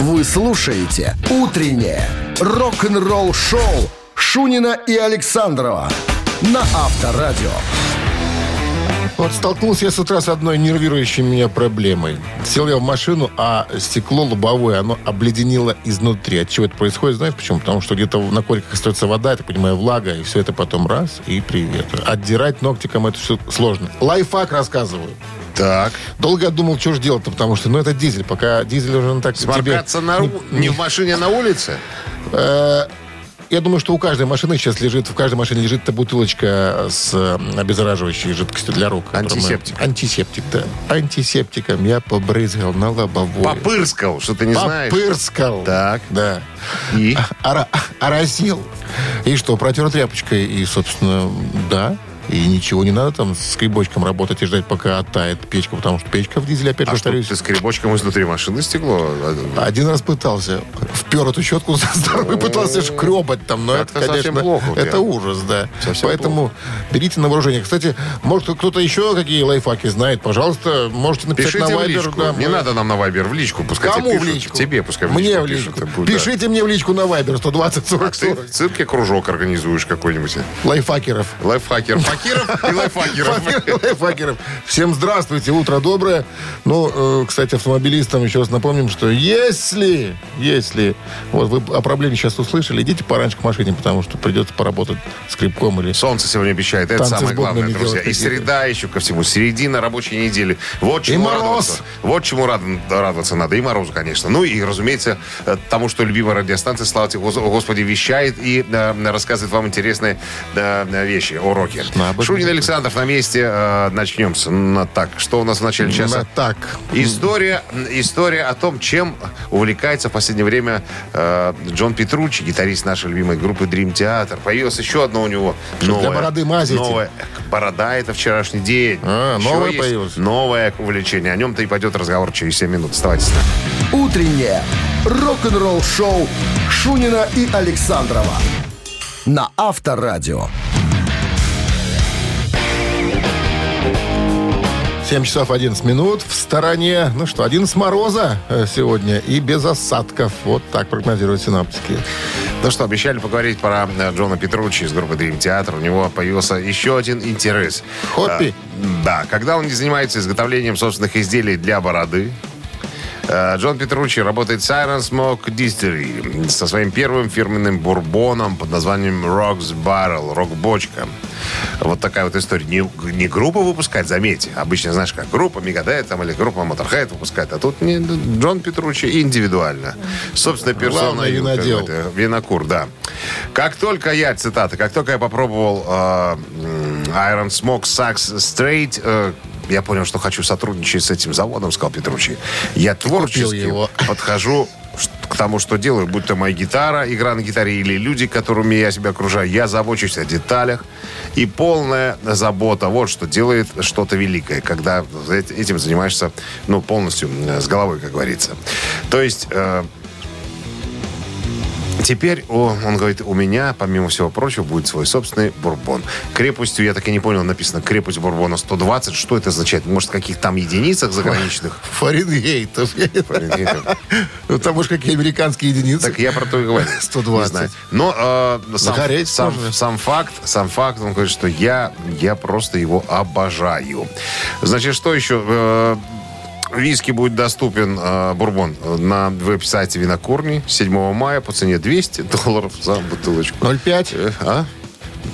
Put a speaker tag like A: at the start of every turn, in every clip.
A: Вы слушаете «Утреннее рок-н-ролл-шоу» Шунина и Александрова на Авторадио.
B: Вот столкнулся я с утра с одной нервирующей меня проблемой. Сел я в машину, а стекло лобовое, оно обледенело изнутри. От чего это происходит, знаешь почему? Потому что где-то на кориках остается вода, я так понимаю, влага, и все это потом раз, и привет. Отдирать ногтиком это все сложно. Лайфхак рассказываю.
C: Так.
B: Долго думал, что же делать-то, потому что, ну, это дизель. Пока дизель уже ну, так
C: Сморкаться
B: тебе-
C: на ру... не, в машине, а на улице?
B: Э, Я думаю, что у каждой машины сейчас лежит, в каждой машине лежит та бутылочка с э, обеззараживающей жидкостью для рук. которую мы-
C: Антисептик.
B: Антисептик, да. Антисептиком я побрызгал на лобовое.
C: Попырскал, что ты не знаешь.
B: Попырскал.
C: Так.
B: Да.
C: И?
B: Ора- Оросил. И что, протер тряпочкой, и, собственно, да. И ничего не надо там с скребочком работать и ждать, пока оттает печка, потому что печка в дизеле, опять
C: А что,
B: повторюсь.
C: ты с кребочком изнутри машины стекло?
B: Один раз пытался. Впер эту щетку за здоровый, пытался шкребать там. Но это,
C: Как-то
B: конечно,
C: совсем плохо у тебя.
B: это ужас, да.
C: Совсем
B: Поэтому берите на вооружение. Кстати, может, кто-то еще какие лайфхаки знает, пожалуйста, можете написать
C: Пишите
B: на
C: в
B: Viber.
C: личку.
B: да,
C: не
B: мы-
C: надо нам на Вайбер, в личку. Пускай тебе
B: Кому в
C: пишут.
B: личку?
C: Тебе пускай в личку
B: Мне в
C: пишут.
B: личку.
C: Это будет, да. А
B: Пишите мне в личку на Viber 120 40
C: Ты
B: 40.
C: в цирке кружок организуешь какой-нибудь.
B: Лайфхакеров.
C: Лайфхакер. Факиров и лайфхакеров.
B: Лайфхакеров. Всем здравствуйте, утро доброе. Ну, э, кстати, автомобилистам еще раз напомним, что если, если, вот вы о проблеме сейчас услышали, идите пораньше к машине, потому что придется поработать скрипком или...
C: Солнце сегодня обещает. Это
B: Танцы с
C: самое главное,
B: бубнами
C: друзья. И
B: делать какие-то.
C: среда еще ко всему. Середина рабочей недели. Вот чему
B: мороз.
C: радоваться. Вот чему рад- радоваться надо. И морозу, конечно. Ну и, разумеется, э, тому, что любимая радиостанция, слава тебе, Гос- Господи, вещает и э, рассказывает вам интересные э, вещи, уроки.
B: Ну, об этом
C: Шунин
B: не
C: Александров на месте. Э, Начнем с... на Так, что у нас в начале часа?
B: Да, Так,
C: История, история о том, чем увлекается в последнее время э, Джон Петручи, гитарист нашей любимой группы Dream Theater. Появилось еще одно у него новое.
B: для бороды мазь эти?
C: Новое. Борода это вчерашний день.
B: А,
C: Еще
B: новое
C: есть
B: появилось?
C: Новое увлечение. О нем-то и пойдет разговор через 7 минут. Оставайтесь с нами.
A: Утреннее рок-н-ролл-шоу Шунина и Александрова на Авторадио.
B: 7 часов 11 минут. В стороне, ну что, 11 мороза э, сегодня и без осадков. Вот так прогнозируют синаптики.
C: Ну что, обещали поговорить про э, Джона Петручи из группы Dream Theater. У него появился еще один интерес.
B: Хобби?
C: А, Да. Когда он не занимается изготовлением собственных изделий для бороды, э, Джон Петручи работает в Siren Smoke Distillery со своим первым фирменным бурбоном под названием Rocks Barrel, рок-бочка. Вот такая вот история. Не, не группа выпускает, заметьте. Обычно, знаешь, как группа Мегадет там или группа Motorhead выпускает, а тут не, Джон Петручи индивидуально. Собственно, персона.
B: Главный
C: и вот
B: винодел.
C: какой-то Э, Винокур, да. Как только я, цитата, как только я попробовал э, м, Iron Smoke Sax Straight, э, я понял, что хочу сотрудничать с этим заводом, сказал Петручи. Я творчески
B: его.
C: подхожу ш- к тому, что делаю, будь то моя гитара, игра на гитаре или люди, которыми я себя окружаю. Я забочусь о деталях и полная забота. Вот что делает что-то великое, когда эт- этим занимаешься ну, полностью э, с головой, как говорится. То есть... э, Теперь, о, он говорит, у меня, помимо всего прочего, будет свой собственный бурбон. Крепостью, я так и не понял, написано крепость бурбона 120. Что это означает? Может, в каких там единицах заграничных?
B: Фаренгейтов. Ну, Там уж какие американские единицы.
C: Так я про то и говорю.
B: 120.
C: Не знаю. Но э, сам,
B: Загореть
C: сам-
B: можно.
C: сам факт, сам факт, он говорит, что я, я просто его обожаю. Значит, что еще? Э, Виски будет доступен, э, бурбон, э, на веб-сайте винокурни 7 мая по цене 200 долларов за бутылочку.
B: 0,5.
C: Э, А?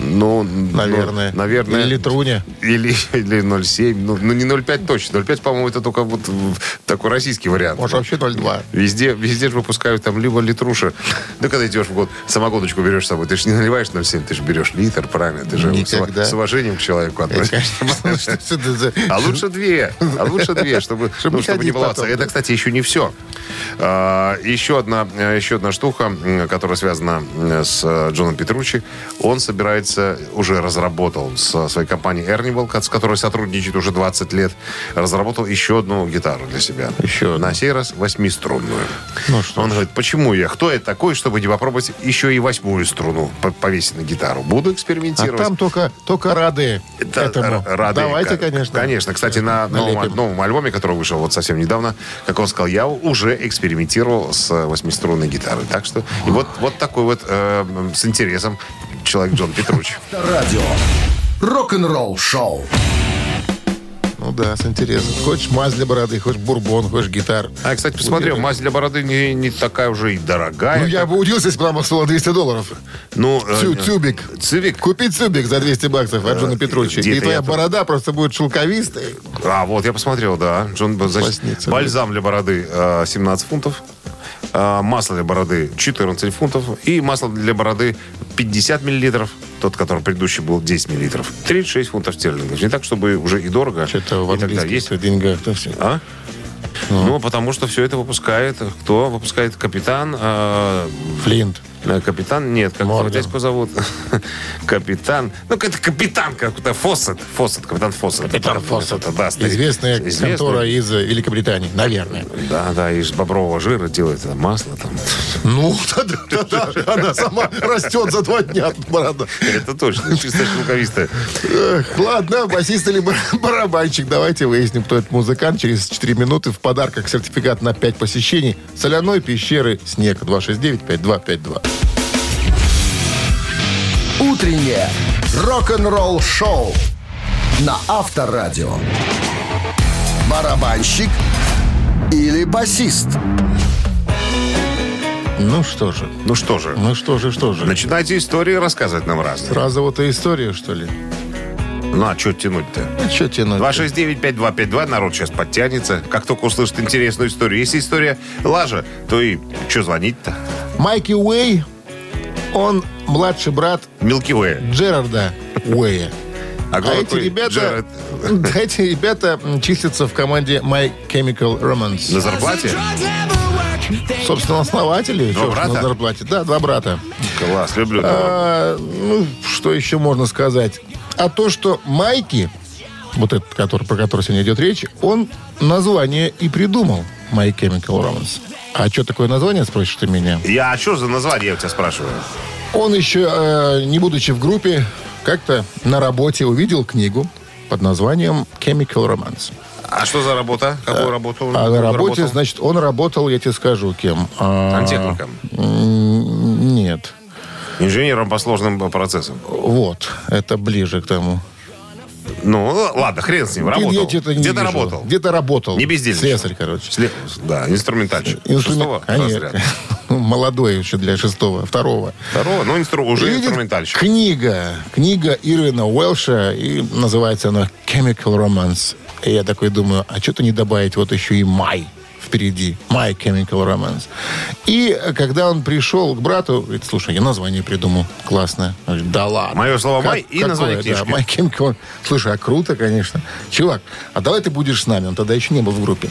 C: Ну, ну,
B: Наверное.
C: наверное.
B: Или литруня.
C: Или, или 0,7. Ну, ну, не 0,5 точно. 0,5, по-моему, это только вот э, такой российский вариант.
B: Может, вообще 0,2.
C: Везде, везде же выпускают там либо литруши. Ну, когда идешь в год, самогоночку берешь с собой. Ты же не наливаешь 0,7, ты же берешь литр, правильно? Ты же
B: Никогда.
C: с, с уважением к человеку относишься. А лучше две. А лучше две, чтобы,
B: Чтобы
C: ну,
B: не
C: чтобы не
B: ходить
C: баловаться.
B: потом,
C: Это,
B: да.
C: кстати, еще не все. еще, одна, э, еще одна штука, м, которая связана м, с э, Джоном Петручи. Он собирается является, уже разработал со своей компанией Ernival, с которой сотрудничает уже 20 лет, разработал еще одну гитару для себя.
B: Еще одну.
C: На сей раз восьмиструнную.
B: Ну что
C: Он говорит, почему я? Кто я такой, чтобы не попробовать еще и восьмую струну по- повесить на гитару? Буду
B: А
C: экспериментировать.
B: там только, только рады
C: Это
B: этому.
C: р- э, рады,
B: Давайте,
C: к-
B: конечно.
C: Конечно. Кстати, на новом,
B: Налепим.
C: новом альбоме, который вышел вот совсем недавно, как он сказал, я уже экспериментировал с э, восьмиструнной гитарой. Так что и вот, вот такой вот э, м, с интересом человек Джон Петруч.
A: Авторадио. Рок-н-ролл шоу.
B: Ну да, с интересом. Хочешь мазь для бороды, хочешь бурбон, хочешь гитар.
C: А, кстати, посмотрел, мазь для бороды не, не такая уже и дорогая.
B: Ну, я бы удивился, если бы она стоила 200 долларов.
C: Ну, э,
B: Цю- Цюбик.
C: Цюбик?
B: Купи цюбик за 200 баксов от Джона Петручи.
C: где-то
B: И твоя
C: Э, я там-
B: борода просто будет шелковистой.
C: А, вот, я посмотрел, да. Джон, значит,
B: Лосница,
C: бальзам для бороды э, 17 фунтов, э, масло для бороды 14 фунтов и масло для бороды 50 миллилитров. Тот, который предыдущий был 10 миллилитров. 36 фунтов стерлингов. Не так, чтобы уже и дорого.
B: Что-то в
C: и так далее.
B: английских
C: Есть
B: есть... деньгах. то всё.
C: а? Ну, потому что все это выпускает... Кто выпускает? Капитан... э,
B: Флинт.
C: э, Капитан, нет, как
B: Морган.
C: его дядьку зовут? Капитан, ну это капитан какой-то, Фоссет, Фоссет, капитан Фоссет. Капитан
B: Фоссет.
C: да, старик.
B: Известная
C: Известный.
B: контора из э, Великобритании, наверное.
C: Да, да, из бобрового жира делает это масло там.
B: Ну, да-да-да, она сама растет за два дня, борода.
C: Это точно, чисто шелковистое.
B: Эх, Ладно, басист или бар- барабанщик, давайте выясним, кто этот музыкант. Через 4 минуты в подарках сертификат на 5 посещений соляной пещеры «Снег» 269-5252.
A: Утреннее рок-н-ролл шоу на Авторадио. Барабанщик или басист?
B: Ну что же,
C: Ну что же,
B: ну что же, что же.
C: начинайте истории рассказывать нам разные.
B: Сразу вот и история, что ли?
C: Ну а что тянуть-то?
B: А что тянуть?
C: 269-5252, народ сейчас подтянется, как только услышит интересную историю. Если история лажа, то и что звонить-то?
B: Майки Уэй, он младший брат
C: Милки Уэй.
B: Джерарда Уэя.
C: А
B: А
C: кто
B: эти
C: такой
B: ребята,
C: Джерард?
B: да, эти ребята м, числятся в команде My Chemical Romance.
C: На зарплате?
B: Собственно, основатели.
C: Два
B: чё ж, На
C: брата?
B: зарплате. Да, два брата.
C: Класс, люблю.
B: А, ну, что еще можно сказать? А то, что Майки, вот этот, который, про который сегодня идет речь, он название и придумал My Chemical Romance. А что такое название, спросишь ты меня?
C: Я, а что за название, я у тебя спрашиваю?
B: Он еще, э, не будучи в группе, как-то на работе увидел книгу под названием Chemical Romance.
C: А что за работа? Какую работу? он
B: А на работе,
C: работал?
B: значит, он работал, я тебе скажу, кем. А,
C: Сантехником.
B: м, Нет.
C: А. Инженером по сложным э, процессам.
B: Вот, это ближе к тому.
C: Ну, л- ладно, хрен с ним,
B: Блин,
C: работал.
B: я чё-то не
C: Где-то
B: вижу.
C: работал.
B: Где-то работал.
C: Не бездельничал.
B: Слесарь, короче.
C: Сле- Да, инструментальщик. Шестого
B: Инструмент...
C: разряда.
B: Конечно. Молодой еще для шестого, второго.
C: Второго, ну, инстру-
B: И
C: уже
B: видит
C: инструментальщик.
B: Книга. Книга Ирвина Уэлша. И называется она Chemical Romance. И я такой думаю, а что-то не добавить вот еще и май впереди. My Chemical Romance. И э, когда он пришел к брату, говорит, слушай, я название придумал. Классное. Он говорит, да ладно.
C: Мое слово «май» и название
B: какое? Да,
C: книжки.
B: «Май Ким Кон». Слушай, а круто, конечно. Чувак, а давай ты будешь с нами. Он тогда еще не был в группе.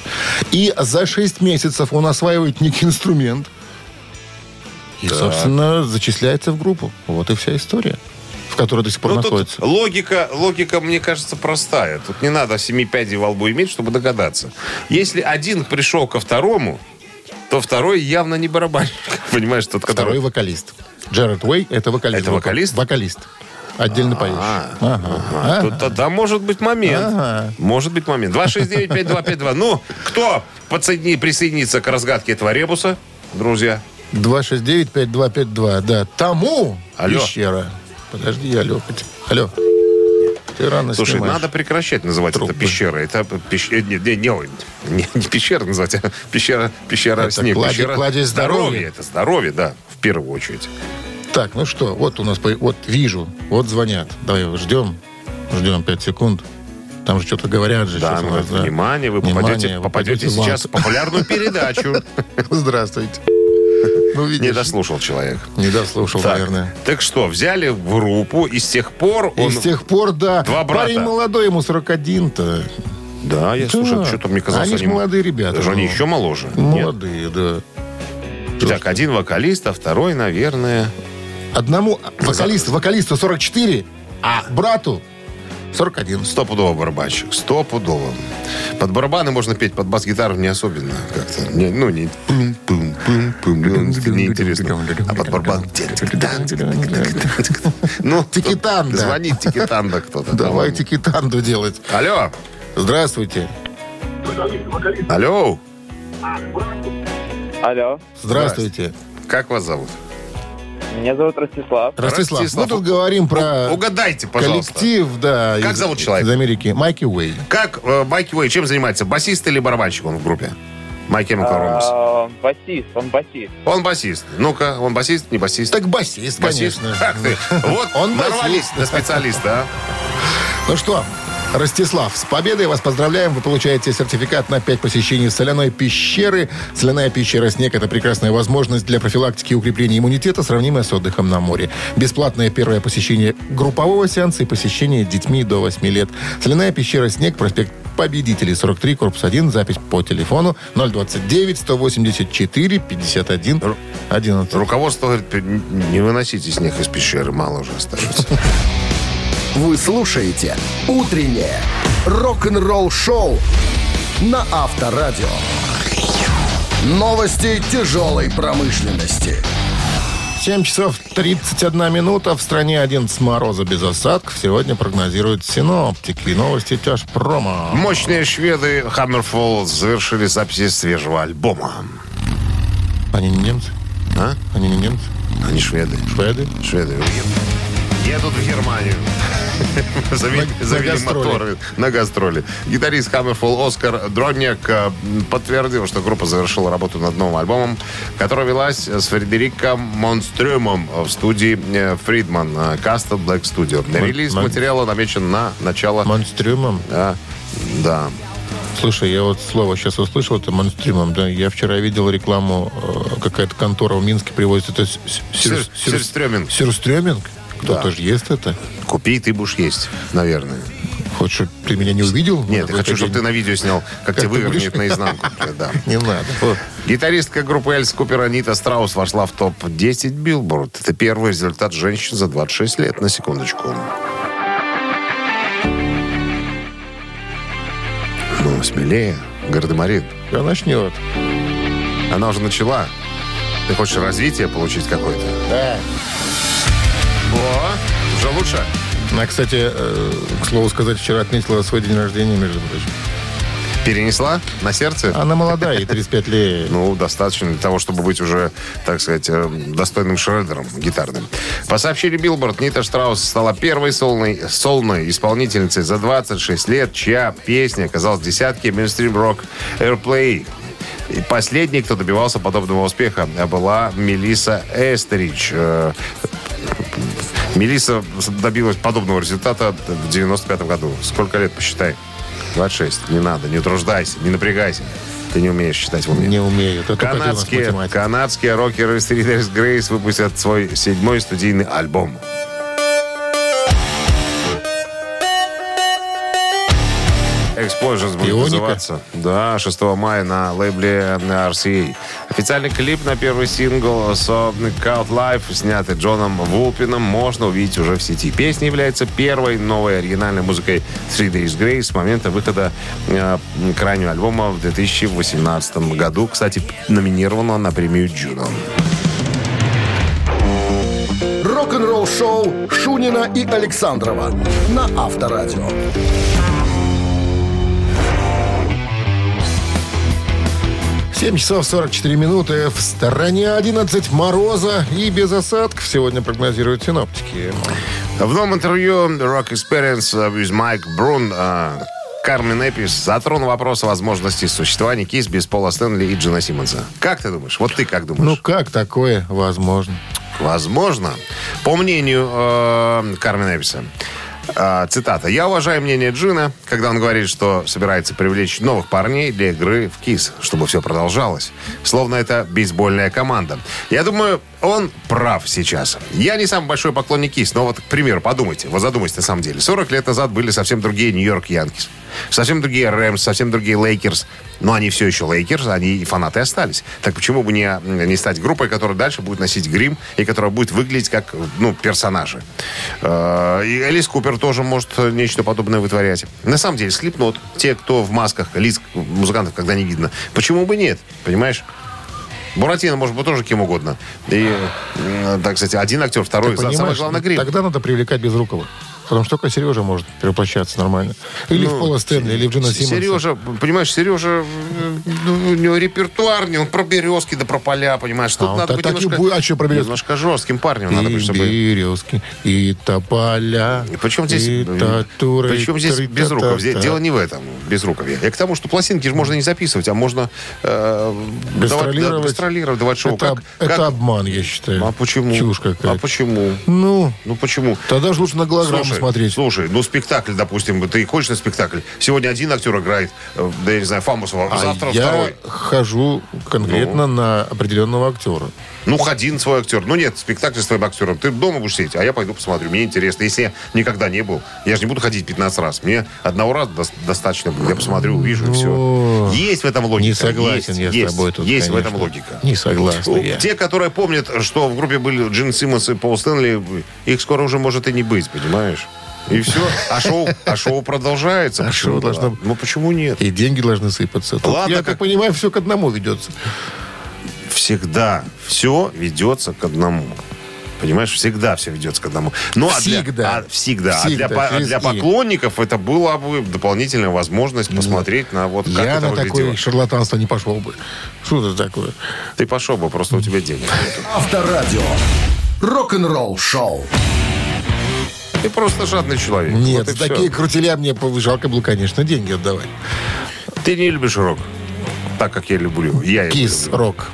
B: И за 6 месяцев он осваивает некий инструмент. И, собственно, зачисляется в группу. Вот и вся история, в которой до сих пор
C: Ну, тут
B: находится.
C: логика, логика, мне кажется, простая. Тут не надо семи пядей во лбу иметь, чтобы догадаться. Если один пришел ко второму, то второй явно не барабанщик. Понимаешь, тот,
B: Второй
C: который...
B: вокалист. Джерард Уэй – это вокалист.
C: Это вокалист? А.
B: Вокалист. Отдельно поешь. Ага.
C: Тут тогда может быть момент. Может быть момент. 269-5252. Ну, кто подсоедини- присоединится к разгадке этого ребуса, друзья?
B: 269-5252. Да, тому
C: Алло.
B: пещера. Подожди, алло. хоть. Алло. Ты рано
C: Слушай,
B: снимаешь.
C: надо прекращать называть
B: Трубы.
C: это пещерой. Это пещ- э, Не, не, не, ой, не- не пещера называть, а пещера, пещера
B: Это
C: снег.
B: кладезь-
C: пещера
B: кладезь здоровья.
C: Это здоровье, да, в первую очередь.
B: Так, ну что, вот у нас, по- вот вижу, вот звонят. Давай ждем, ждем 5 секунд. Там же что-то говорят же.
C: Да,
B: сейчас у
C: ну,
B: нас, да.
C: внимание, вы попадете,
B: Внимание, вы
C: попадете
B: в
C: сейчас в популярную передачу.
B: ад. Здравствуйте. Ну, видишь,
C: Не дослушал человек.
B: не дослушал,
C: Так,
B: наверное.
C: Так что, взяли в группу, и с тех пор
B: И
C: он...
B: с тех пор, да.
C: Два брата.
B: Парень молодой, ему 41-то.
C: Да, я
B: Да.
C: слушал, что-то мне казалось...
B: Они ж молодые ребята,
C: Даже они
B: ну.
C: еще моложе. Нет.
B: Молодые, да.
C: Итак, один вокалист, а второй, наверное...
B: Одному вокалист, вокалисту 44, а брату 41.
C: Стопудово барабанщик, стопудово. Под барабаны можно петь, под бас-гитару не особенно как-то. Не- ну, не пум пум пум пум неинтересно. А под барабан... Ну,
B: Тикитанда.
C: Звонит тикитанда кто-то.
B: Давай тикитанду делать.
C: Алло,
B: Здравствуйте.
C: алло,
D: Алло,
B: Здравствуйте.
C: как вас зовут?
D: меня зовут Ростислав.
B: Ростислав,
C: Ростислав,
B: мы тут говорим про
C: У- Угадайте, пожалуйста.
B: коллектив, да.
C: Как
B: из-
C: зовут человека?
B: Из Америки. Майки Уэй.
C: Как э, Майки Уэй, чем занимается? Басист или барабанщик он в группе? Майки Макаромис.
D: А, Басист, он басист.
C: Он басист. Ну-ка, он басист, не басист?
B: Так басист,
C: басист.
B: конечно.
C: Как ты? Вот
B: Он
C: он нарвались
B: басист.
C: на специалиста, а?
B: Ну что, Ростислав, с победой вас поздравляем. Вы получаете сертификат на 5 посещений соляной пещеры. Соляная пещера «Снег» — это прекрасная возможность для профилактики и укрепления иммунитета, сравнимая с отдыхом на море. Бесплатное первое посещение группового сеанса и посещение детьми до 8 лет. Соляная пещера «Снег», проспект Победителей, 43, корпус 1, запись по телефону 029-184-51-11.
C: Руководство говорит, не выносите снег из пещеры, мало уже остается.
A: Вы слушаете «Утреннее рок-н-ролл-шоу» на Авторадио. Новости тяжелой промышленности.
B: 7 часов 31 минута. В стране 11 мороза без осадков. Сегодня прогнозируют синоптики. Новости тяжпрома.
C: Мощные шведы Hammerfall завершили записи свежего альбома.
B: Они не немцы?
C: А?
B: Они не немцы?
C: Они шведы.
B: Шведы?
C: Шведы. уе- Едут в Германию. Завели,
B: На- на
C: завели
B: гастроли.
C: моторы на гастроли. Гитарист Hammerfall Оскар Дроньяк э, м, подтвердил, что группа завершила работу над новым альбомом, которая велась с Фредериком Монстрюмом в студии э, Фридман э, Castle Black Studio. Релиз
B: мон-
C: материала намечен на начало...
B: Монстрюмом?
C: Да, А? да.
B: Слушай, я вот слово сейчас услышал, это монстрюмом. Да? Я вчера видел рекламу, э, какая-то контора в Минске привозит. Это с- с- сюр-
C: Сюр- сюрстрёминг.
B: Сюрстрёминг? Кто-то
C: Да.
B: же ест это.
C: Купи, и ты будешь есть, наверное.
B: Хочешь, чтоб ты меня не увидел?
C: Нет, я хочу, чтобы ты на видео снял, Ну, как тебя
B: ты будешь?
C: вывернет наизнанку. Да.
B: Не надо. Вот.
C: Гитаристка группы Эльс Купер Анита Страус вошла в топ-10 Билборд. Это первый результат женщин за 26 лет, на секундочку. Ну, смелее, Гардемарин.
B: Она начнет.
C: Она уже начала. Ты хочешь развитие получить какое-то?
B: Да.
C: О, уже лучше.
B: Она, кстати, э, к слову сказать, вчера отметила свой день рождения, между прочим.
C: Перенесла на сердце?
B: Она молодая, ей 35 лет.
C: Ну, достаточно для того, чтобы быть уже, так сказать, э, достойным шредером гитарным. По сообщению Билборд, Нита Штраус стала первой солной, солной исполнительницей за 26 лет, чья песня оказалась в десятке Mainstream Rock Airplay. И последней, кто добивался подобного успеха, была Мелиса Эстерич. Э, Мелиса добилась подобного результата в 95 году. Сколько лет, посчитай? 26. Не надо, не утруждайся, не напрягайся. Ты не умеешь считать в уме.
B: Не умею. Это только ты у нас
C: Канадские,
B: математик.
C: канадские рокеры Streeters Grace выпустят свой седьмой студийный альбом. Explosions будет
B: Бионика?
C: называться. Да, 6 мая на лейбле на RCA. Официальный клип на первый сингл «So Out Life», снятый Джоном Вулпином, можно увидеть уже в сети. Песня является первой новой оригинальной музыкой Three Days Grace с момента выхода э, крайнего альбома в 2018 году. Кстати, номинирована на премию Джуно.
A: Рок-н-ролл-шоу Шунина и Александрова на Авторадио.
B: 7 часов 44 минуты. В стороне 11 мороза и без осадков. Сегодня прогнозируют синоптики.
C: В новом интервью Rock Experience with Mike Брун Кармен Эпис затронул вопрос о возможности существования кис без Пола Стэнли и Джина Симмонса. Как ты думаешь? Вот ты как
B: Ну
C: думаешь?
B: как такое возможно?
C: Возможно. По мнению э, Кармена Эписа, э, цитата. «Я уважаю мнение Джина, когда он говорит, что собирается привлечь новых парней для игры в КИС, чтобы все продолжалось. Словно это бейсбольная команда. Я думаю, он прав сейчас. Я не самый большой поклонник КИС, но вот, к примеру, подумайте, вот задумайтесь на самом деле. 40 лет назад были совсем другие Нью-Йорк Янкис, совсем другие Рэмс, совсем другие Лейкерс. Но они все еще Лейкерс, они фанаты остались. Так почему бы не, э, не стать группой, которая дальше будет носить грим и которая будет выглядеть как ну, персонажи? Э, И Элис Купер тоже может нечто подобное вытворять. На самом деле, слепнот, те, кто в масках, лиц музыкантов когда не видно, почему бы нет, понимаешь? Буратино может быть тоже кем угодно. И, э, так сказать, один актер, второй. За- Самое
B: Понимаешь,
C: главное, грим.
B: Тогда надо привлекать Безрукова. Потому что только Сережа может перевоплощаться нормально. Или
C: Ну,
B: в Пола Стэнли, или в Джона Симмонса.
C: Сережа, понимаешь, Сережа, э, ну, у него репертуар, не он про березки да про поля, понимаешь. Тут
B: А, он
C: надо
B: так-
C: быть
B: так и
C: немножко,
B: будет. А чё про березки?
C: немножко жестким парнем надо
B: И
C: быть, чтобы...
B: березки, и тополя,
C: И Причем здесь,
B: и татуры,
C: причем
B: и
C: здесь
B: три-
C: без руков. Здесь
B: та-
C: дело не в этом, без руков. Я к тому, что пластинки же можно не записывать, а можно э, давать, да,
B: Гастролировать.
C: гастролировать, давать шоу.
B: Это,
C: Как-
B: это
C: как-
B: обман, я считаю.
C: А почему?
B: Чушь
C: а
B: какая-то.
C: почему?
B: Ну,
C: Ну почему?
B: тогда же лучше на голограмму
C: Слушай,
B: смотреть.
C: Слушай, ну спектакль, допустим, ты ходишь на спектакль. Сегодня один актер играет, э, да я не знаю, Фамусова,
B: А
C: завтра
B: я
C: второй.
B: хожу конкретно на определенного актера.
C: Ну, один свой актер. Ну нет, спектакль с твоим актером. Ты дома будешь сидеть, а я пойду посмотрю. Мне интересно. Если я никогда не был, я же не буду ходить 15 раз. Мне одного раза дос- достаточно будет. Я посмотрю, увижу, и все.
B: Ну,
C: Есть в этом логика.
B: не согласен
C: есть,
B: я с
C: есть,
B: тобой тут,
C: Есть в
B: конечно.
C: этом логика. Ну,
B: Не согласен я.
C: Те, которые помнят, что в группе были Джин Симмонс и Пол Стэнли, их скоро уже может и не быть, понимаешь? И все. А шоу, а шоу продолжается.
B: А
C: Почему
B: шоу
C: бы?
B: должно-
C: Ну почему нет?
B: И деньги должны сыпаться. Тут,
C: Ладно,
B: я
C: как-
B: так понимаю, все к одному ведется.
C: Всегда все ведется к одному. Понимаешь, всегда все ведется к одному. Ну, а для-
B: Всегда.
C: а, всегда. А
B: Всегда,
C: для, по- а
B: через
C: для
B: «и». Ну,
C: поклонников это была бы дополнительная возможность посмотреть на вот как
B: я
C: это
B: на такое
C: выглядело.
B: шарлатанство не пошел бы. Что это такое?
C: Ты пошел бы, просто у тебя денег. нету.
A: Авторадио. Рок-н-ролл шоу.
C: Ты просто жадный человек.
B: Нет,
C: Вот и
B: за
C: всё.
B: такие крутеля мне по- жалко было, конечно, деньги отдавать.
C: Ты не любишь рок. Так, как я люблю. Я его
B: Кис,
C: люблю.
B: рок.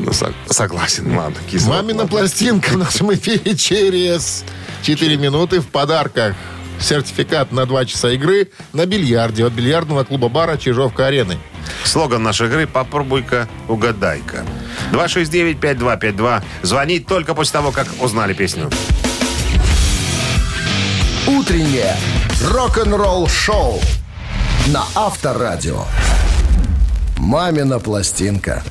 C: Ну, со- согласен, ладно. Кис рок,
B: Мамина
C: ладно.
B: пластинка в нашем эфире через 4 минуты в подарках. Сертификат на 2 часа игры на бильярде от бильярдного клуба-бара «Чижовка-арены».
C: Слоган нашей игры «Попробуй-ка, угадай-ка». 269-5252. Звонить только после того, как узнали песню.
A: Утреннее рок-н-ролл шоу на Авторадио. Мамина пластинка.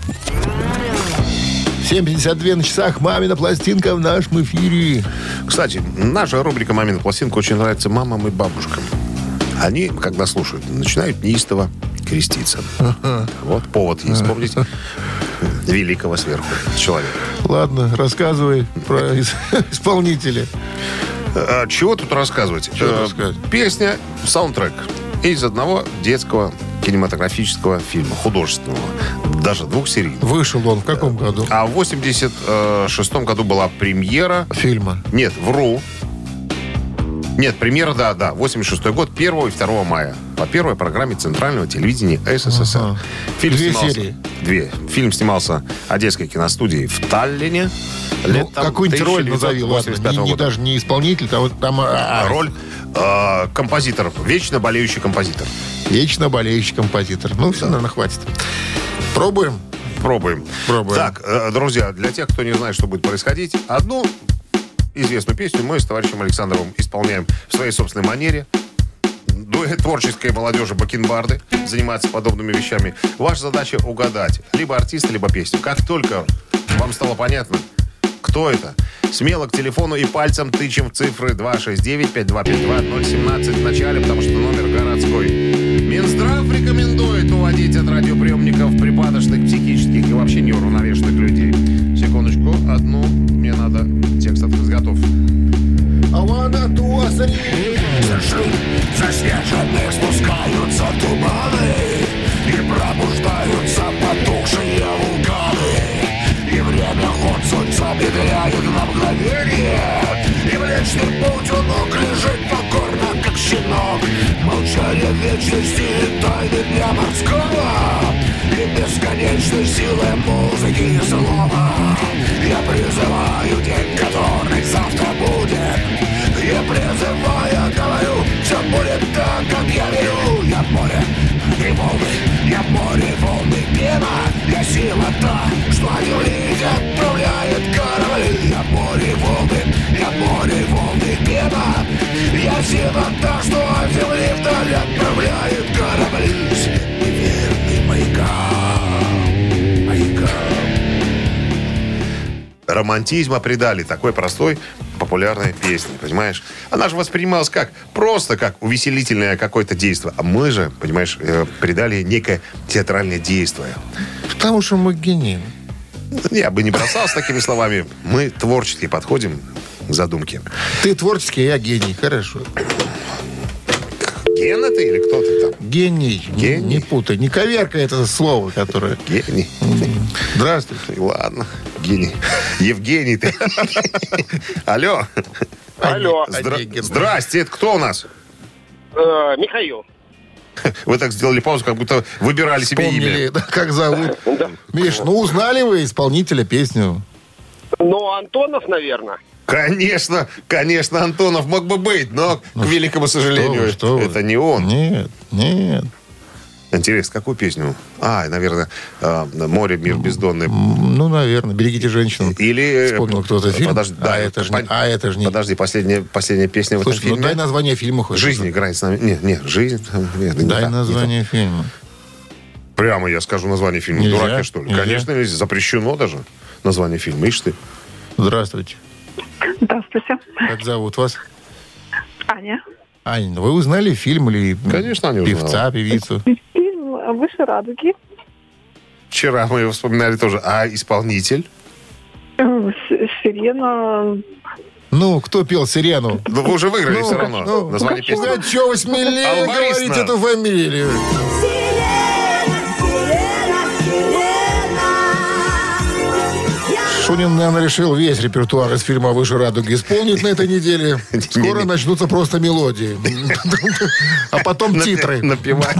B: 7.52 на часах «Мамина пластинка» в нашем эфире.
C: Кстати, наша рубрика «Мамина пластинка» очень нравится мамам и бабушкам. Они, когда слушают, начинают неистово креститься. Вот повод есть вспомнить великого сверху человека.
B: Ладно, рассказывай про ис- исполнителя.
C: А, Чего тут рассказывать?
B: Чего
C: Э,
B: рассказывать?
C: Песня, саундтрек из одного детского кинематографического фильма, художественного, даже двухсерийного.
B: Вышел он в каком году?
C: А в 86-м году была премьера
B: Фильма.
C: Нет, вру. Нет, пример, да, да. 86-й год, 1 и 2 мая. По первой программе Центрального телевидения СССР.
B: Ага.
C: Фильм
B: Две
C: снимался-
B: серии.
C: Две. Фильм снимался Одесской киностудии в Таллине.
B: Ну, какую-нибудь роль назови, ладно,
C: 1985
B: не, не
C: года.
B: даже не исполнитель, а вот там а,
C: А
B: а,
C: роль э, композитора, вечно болеющий композитор.
B: вечно болеющий композитор. Ну, все, наверное, хватит. Пробуем.
C: Пробуем.
B: Пробуем.
C: Так, э, друзья, для тех, кто не знает, что будет происходить, одну известную песню мы с товарищем Александровым исполняем в своей собственной манере. Дуэт творческой молодежи Бакенбарды занимается подобными вещами. Ваша задача угадать либо артиста, либо песню. Как только вам стало понятно, кто это, смело к телефону и пальцем тычем в цифры 269-5252-017 в начале, потому что номер городской. Минздрав рекомендует уводить от радиоприемников припадочных, психических и вообще неуравновешенных людей. Секундочку, одну, мне надо, текст от готов.
E: Засвеченных спускаются туманы И пробуждаются потухшие вулканы И время ход солнца медляет на мгновение И млечный путь у ног лежит покорно, как щенок Молчание вечности и тайны дня морского И бесконечной силы музыки и слова Я призываю день, который завтра будет и призывая, говорю, все будет так, как я верю Я море и волны, я море и волны пена Я сила та, что от земли отправляет корабли Я море и волны, я море и волны пена Я сила та, что от земли вдаль отправляет корабли Неверный
C: романтизма придали такой простой популярной песне, понимаешь? Она же воспринималась как? Просто как увеселительное какое-то действие. А мы же, понимаешь, э, придали ей некое театральное действие.
B: Потому что мы гении.
C: Я бы не бросался такими словами. Мы творчески подходим к задумке.
B: Ты творческий, а я гений. Хорошо.
C: Гена ты или кто ты там?
B: Гений. Не-
C: Гений.
B: Не, путай. Не коверкай это слово, которое...
C: Гений.
B: Здравствуйте.
C: Ладно, гений. Евгений ты. Алло.
F: Алло.
C: Здра-
B: Онегин.
C: Здрасте, это кто у нас?
F: Э, Михаил.
C: Вы так сделали паузу, как будто выбирали себе
B: Вспомнили,
C: имя.
B: да, как зовут.
F: Да.
B: Миш, ну узнали вы исполнителя песню?
F: Ну, Антонов, наверное.
C: Конечно, конечно, Антонов мог бы быть, но, к великому сожалению,
B: вы, Ну, что вы.
C: это не он.
B: Нет, нет.
C: Интересно, какую песню? А, наверное, э, «Море, мир бездонный».
B: М, Ну, наверное, берегите женщин.
C: Или... э,
B: Вспомнил кто-то фильм.
C: Подожди, да,
B: а, это же, не-
C: пон-
B: а это же не...
C: Подожди, последняя, последняя песня в
B: Слушай,
C: этом
B: ну
C: фильме.
B: дай название фильма хоть.
C: Жизнь играет с нами. Нет, нет, жизнь. там, нет, не
B: Дай
C: так, не
B: название фильма.
C: так. Прямо я скажу название фильма.
B: Нельзя,
C: Дурак я, что ли?
B: нельзя.
C: Конечно, нельзя. запрещено даже название фильма. Ишь ты.
B: Здравствуйте.
G: Здравствуйте.
B: Как зовут вас?
G: Аня.
B: Аня, ну вы узнали фильм или м,
C: Конечно, Аня
B: певца,
C: узнала.
B: певицу?
G: Фильм «Выше а радуги».
C: Вчера мы его вспоминали тоже. А исполнитель?
G: Э, с- Сирена.
B: Ну, кто пел «Сирену»?
C: Ну, вы уже выиграли все равно.
B: ну,
C: название песни.
B: Пугачева смелее
C: Алла Борисовна.
B: говорить эту фамилию. Шунин, наверное, решил весь репертуар из фильма «Выше радуги» исполнить на этой неделе. Скоро
C: Не-не.
B: начнутся просто мелодии. А потом
C: Напи-
B: титры.
C: Напевать.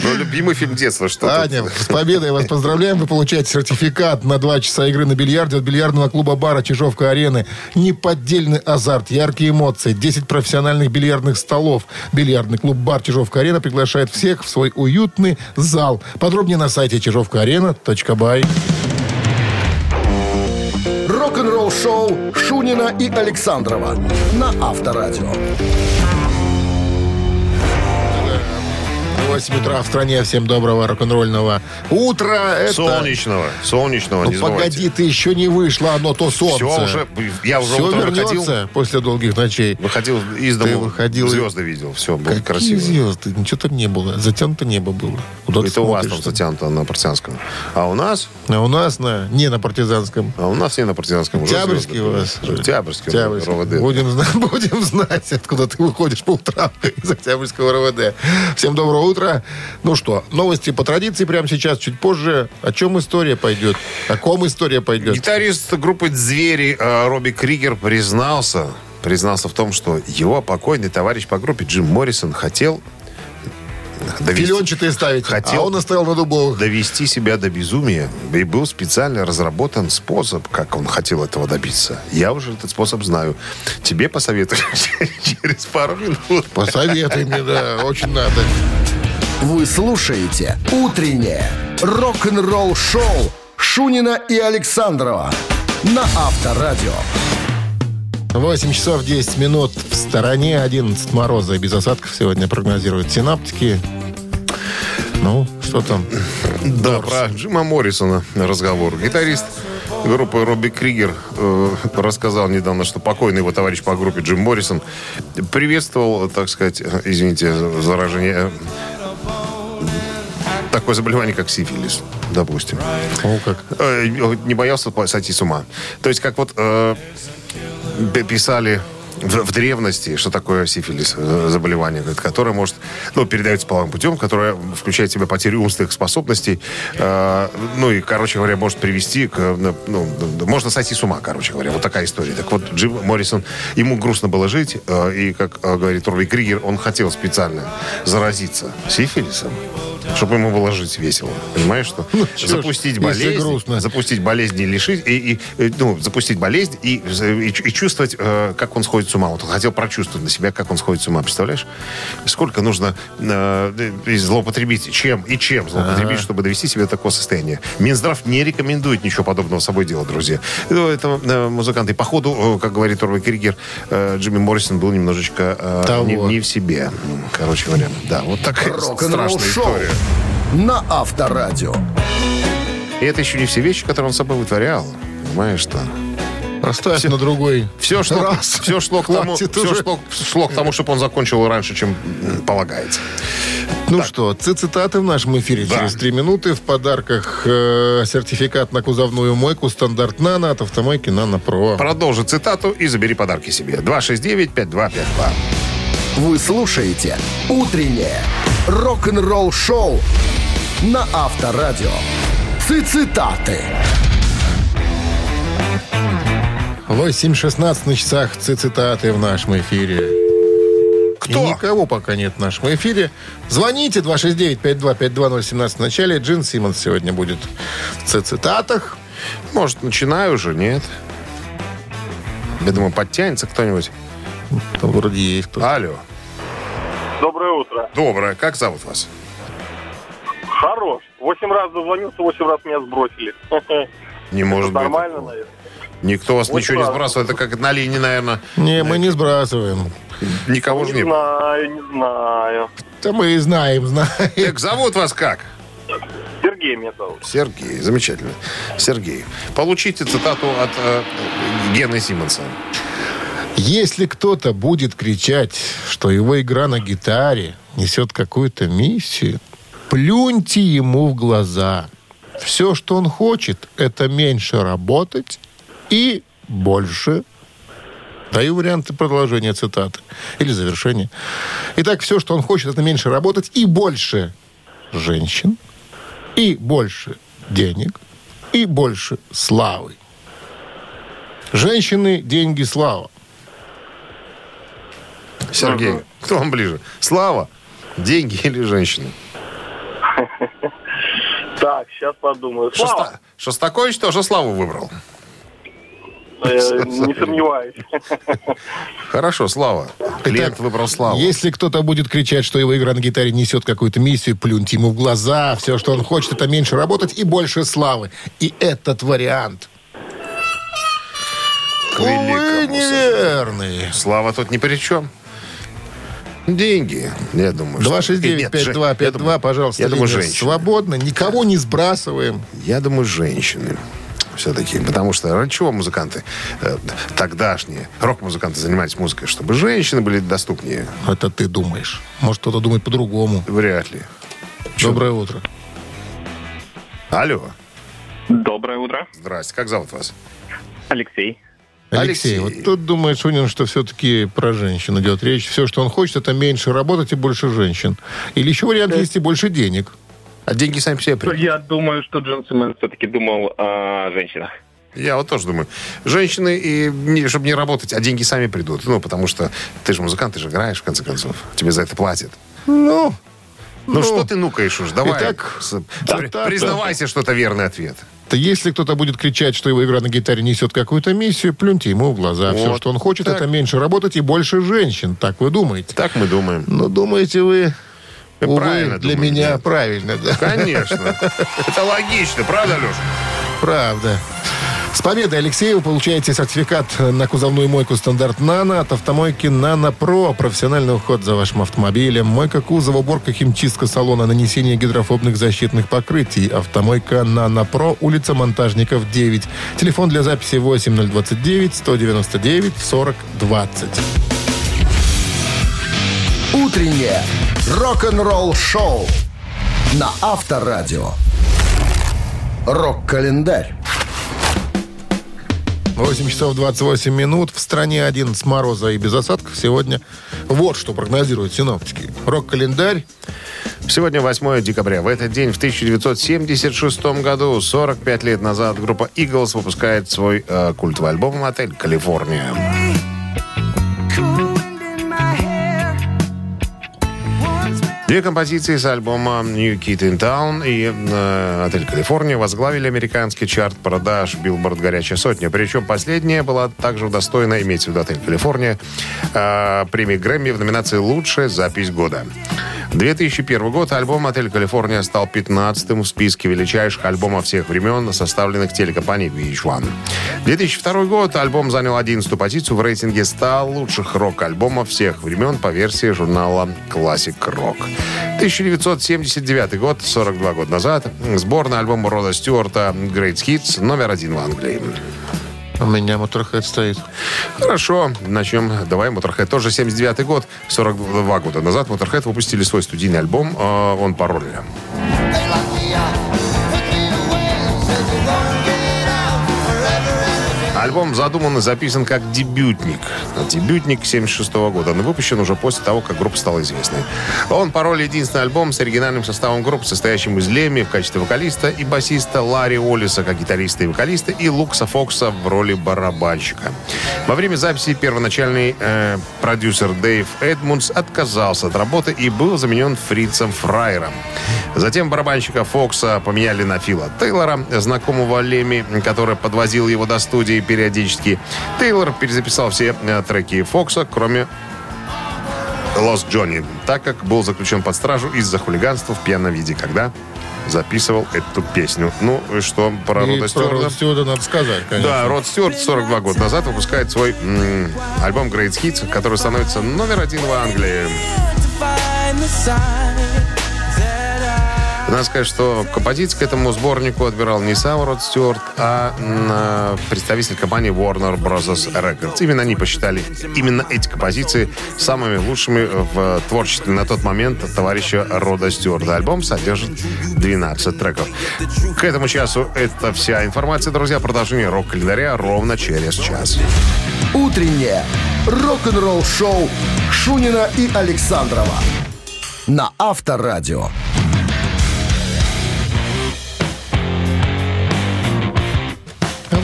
C: Ну, любимый фильм детства. Что тут?
B: Аня, с победой вас поздравляем. Вы получаете сертификат на два часа игры на бильярде от бильярдного клуба-бара «Чижовка-арены». Неподдельный азарт, яркие эмоции, 10 профессиональных бильярдных столов. Бильярдный клуб-бар «Чижовка-арена» приглашает всех в свой уютный зал. Подробнее на сайте чижовкаарена.бай.
A: Рок-н-ролл-шоу Шунина и Александрова на Авторадио.
B: 8 утра в стране. Всем доброго рок-н-ролльного утра. Это-
C: Солнечного. Солнечного, не
B: Ну, погоди,
C: забывайте.
B: ты еще не вышла, оно то солнце.
C: Все уже. Я уже
B: Все
C: утром выходил.
B: вернется после долгих ночей.
C: Выходил из дома.
B: Ты выходил-
C: Звезды видел. Все, было
B: Какие
C: красиво. Ну,
B: звезды? Ничего там не было. Затянуто небо было. Куда ты
C: Это у вас
B: смотришь?
C: там затянуто на партизанском. А у нас?
B: А у нас на, не на партизанском.
C: А у нас не на партизанском. уже
B: Октябрьский у
C: звезды.
B: вас.
C: Октябрьский.
B: Октябрьский.
C: РОВД.
B: Будем, зна- будем знать, откуда ты выходишь по утрам из Октябрьского РОВД. Всем доброго утра. Ну что, новости по традиции прямо сейчас, чуть позже. О чем история пойдет? О ком история пойдет?
C: Гитарист группы «Звери» э, Робби Кригер признался, признался в том, что его покойный товарищ по группе Джим Моррисон хотел довести,
B: Филенчатые ставить.
C: Хотел.
B: А он оставил на дубовых.
C: довести себя до безумия. И был специально разработан способ, как он хотел этого добиться. Я уже этот способ знаю. Тебе посоветую через пару минут.
B: Посоветуй мне, да, очень надо.
A: Вы слушаете «Утреннее рок-н-ролл-шоу» Шунина и Александрова на Авторадио.
B: 8 часов 10 минут в стороне, 11 мороза и без осадков сегодня прогнозируют синаптики. Ну, что там?
C: Да, про Джима Моррисона разговор. Гитарист группы Робби Кригер э, рассказал недавно, что покойный его товарищ по группе Джим Моррисон приветствовал, так сказать, э, извините за заражение, такое заболевание, как сифилис, допустим.
B: О, как.
C: Э, Не боялся по- сойти с ума. То есть, как вот э, п- писали в, в древности, что такое сифилис, э, заболевание, говорит, которое может, ну, передается половым путем, которое включает в себя потерю умственных способностей, э, ну, и, короче говоря, может привести к, э, ну, можно сойти с ума, короче говоря. Вот такая история. Так вот, Джим Моррисон, ему грустно было жить, э, и, как э, говорит Урви Кригер, он хотел специально заразиться сифилисом, чтобы ему было жить весело. Понимаешь, что?
B: Ну, чё ж,
C: запустить
B: если
C: болезнь,
B: грустно.
C: запустить болезнь и лишить, и, и, э, ну, запустить болезнь и, и, и чувствовать, э, как он сходит с ума. Вот он хотел прочувствовать на себя, как он сходит с ума. Представляешь, сколько нужно э, и злоупотребить, чем и чем злоупотребить, чтобы довести себя до такого состояния. Минздрав не рекомендует ничего подобного с собой делать, друзья. Ну, это э, музыканты. И походу, э, как говорит Орвей Кригер, э, Джимми Моррисон был немножечко э,
B: Того.
C: не, не в себе. Короче говоря, да, вот такая страшная
A: Рок-н-ролл-шоу
C: история.
A: на Авторадио.
C: И это еще не все вещи, которые он с собой вытворял. понимаешь что?
B: Оставь на другой.
C: Все шло,
B: Раз.
C: все шло к тому,
B: Хватит
C: все
B: уже.
C: шло, шло к тому, чтобы он закончил раньше, чем м, полагается.
B: Ну что, ци- цитаты в нашем эфире
C: Да.
B: через три минуты. В подарках э, сертификат на кузовную мойку стандарт «Нано» от автомойки «Нано Про».
C: Продолжи цитату и забери подарки себе. 269-5252.
A: Вы слушаете «Утреннее рок-н-ролл-шоу» на Авторадио. Цитаты.
B: 8.16 на часах ци- цитаты в нашем эфире.
C: Кто?
B: И никого пока нет в нашем эфире. Звоните 269-5252017 в начале. Джин Симмонс сегодня будет в ци- цитатах.
C: Может, начинаю уже, нет? Я думаю, подтянется кто-нибудь.
B: Там вроде есть кто-то.
C: Алло.
F: Доброе утро.
C: Доброе. Как зовут вас?
F: Хорош. Восемь раз дозвонился, восемь раз меня сбросили.
C: Не может быть. такого.
F: наверное.
C: Никто вас
F: Вот
C: ничего не
F: правда.
C: сбрасывает. Это как на линии, наверное.
B: Не, мы не сбрасываем.
C: Никого же не было.
F: знаю, не знаю.
B: Да мы и знаем, знаем.
C: Так, зовут вас как?
F: Сергей меня зовут.
C: Сергей. Замечательно. Сергей. Получите цитату от э, Гены Симмонса.
B: Если кто-то будет кричать, что его игра на гитаре несет какую-то миссию, плюньте ему в глаза. Все, что он хочет, это меньше работать и больше. Даю варианты продолжения цитаты или завершения. Итак, все, что он хочет, это меньше работать и больше женщин, и больше денег, и больше славы. Женщины, деньги, слава.
C: Сергей, кто вам ближе? Слава, деньги или женщины?
F: Так, сейчас подумаю. Слава,
C: Шоста- Шостакович тоже Славу выбрал.
F: э, не сомневаюсь.
C: Хорошо, Слава. Клиент выбрал Славу.
B: Если кто-то будет кричать, что его игра на гитаре несет какую-то миссию, плюньте ему в глаза. Все, что он хочет, это меньше работать и больше славы. И этот вариант,
C: К
B: увы,
C: великому сожалению.
B: неверный.
C: Слава тут ни при чем. Деньги, я думаю. что- Нет, жен- я
B: 269-5252,
C: думаю-
B: пожалуйста.
C: Я думаю,
B: линия
C: женщины.
B: Свободно, никого не сбрасываем.
C: Я думаю, женщины. Все-таки. Потому что ради чего музыканты э, тогдашние, рок-музыканты занимались музыкой? Чтобы женщины были доступнее.
B: Это ты думаешь. Может, кто-то думает по-другому.
C: Вряд ли.
B: Доброе утро.
C: Алло.
D: Доброе утро.
C: Здрасте. Как зовут вас?
D: Алексей.
B: Алексей,
C: Алексей.
B: вот тут думает Шунин, что все-таки про женщин идет речь. Все, что он хочет, это меньше работать и больше женщин. Или еще вариант
C: Э.
B: есть и больше денег.
C: А деньги сами по себе придут.
D: Я думаю, что Дженсимен все-таки думал о женщинах.
C: Я вот тоже думаю. Женщины, и не- чтобы не работать, а деньги сами придут. Ну, потому что ты же музыкант, ты же играешь, в конце концов. Тебе за это платят.
B: Ну,
C: Ну, что ты нукаешь уж? Давай.
B: Итак,
C: С- при-
B: цитата.
C: признавайся, что это верный ответ.
B: То Если кто-то будет кричать, что его игра на гитаре несет какую-то миссию, плюньте ему в глаза. Все,
C: Вот
B: что он хочет,
C: так.
B: это меньше работать и больше женщин. Так вы думаете?
C: Так мы думаем.
B: Ну, думаете вы,
C: Мы
B: увы,
C: правильно
B: для
C: думаем,
B: меня
C: да.
B: правильно, да.
C: Конечно. Это логично, правда, Леша?
B: Правда. С победой, Алексей, вы получаете сертификат на кузовную мойку стандарт «Нано» от автомойки «Нано Про». Профессиональный уход за вашим автомобилем. Мойка кузова, уборка, химчистка салона, нанесение гидрофобных защитных покрытий. Автомойка «Нано Про», улица Монтажников, 9. Телефон для записи 8029-199-4020.
A: Утреннее рок-н-ролл-шоу на Авторадио. Рок-календарь.
B: 8 часов 28 минут. В стране 11 мороза и без осадков сегодня. Вот что прогнозируют синоптики. Рок-календарь.
C: Сегодня 8 декабря. В этот день, в 1976 году, 45 лет назад, группа Eagles выпускает свой э, культовый альбом «Отель Калифорния». Две композиции с альбома «New Kid in Town» и э, «Отель Калифорния» возглавили американский чарт продаж «Билборд. Горячая сотня». Причем последняя была также удостоена, имеется в виду «Отель Калифорния», э, премии Грэмми в номинации «Лучшая запись года». 2001 год альбом «Отель Калифорния» стал 15-м в списке величайших альбомов всех времен, составленных телекомпанией VH1. 2002 год альбом занял 11 позицию в рейтинге 100 лучших рок-альбомов всех времен по версии журнала Classic Rock. 1979 год, 42 года назад, сборная альбома Рода Стюарта «Great Hits» номер один в Англии.
B: У э, меня Motorhead стоит.
C: Хорошо, начнем. Давай, Motorhead. Тоже 79 год, 42 года назад Motorhead выпустили свой студийный альбом э, «Он пароль». Альбом задуман и записан как дебютник. Дебютник 76 года. Он выпущен уже после того, как группа стала известной. Он пароль единственный альбом с оригинальным составом группы, состоящим из Леми в качестве вокалиста и басиста Ларри Олиса как гитариста и вокалиста и Лукса Фокса в роли барабанщика. Во время записи первоначальный э, продюсер Дэйв Эдмундс отказался от работы и был заменен Фрицем Фрайером. Затем барабанщика Фокса поменяли на Фила Тейлора, знакомого Леми, который подвозил его до студии периодически. Тейлор перезаписал все э, треки Фокса, кроме «Лос Джонни», так как был заключен под стражу из-за хулиганства в пьяном виде, когда записывал эту песню. Ну, и что про
B: И
C: Рода
B: про
C: Стюарда?
B: Род Стюарда надо сказать, конечно.
C: Да, Род Стюарт 42 года назад выпускает свой м, альбом Great Hits, который становится номер один в Англии. Надо сказать, что композиции к этому сборнику отбирал не сам Род Стюарт, а м, э, представитель компании Warner Bros. Records. Именно они посчитали именно эти композиции самыми лучшими в э, творчестве на тот момент товарища Рода Стюарта. Альбом содержит 12 треков. К этому часу это вся информация, друзья. Продолжение рок-календаря ровно через час.
A: Утреннее рок-н-ролл-шоу Шунина и Александрова на Авторадио.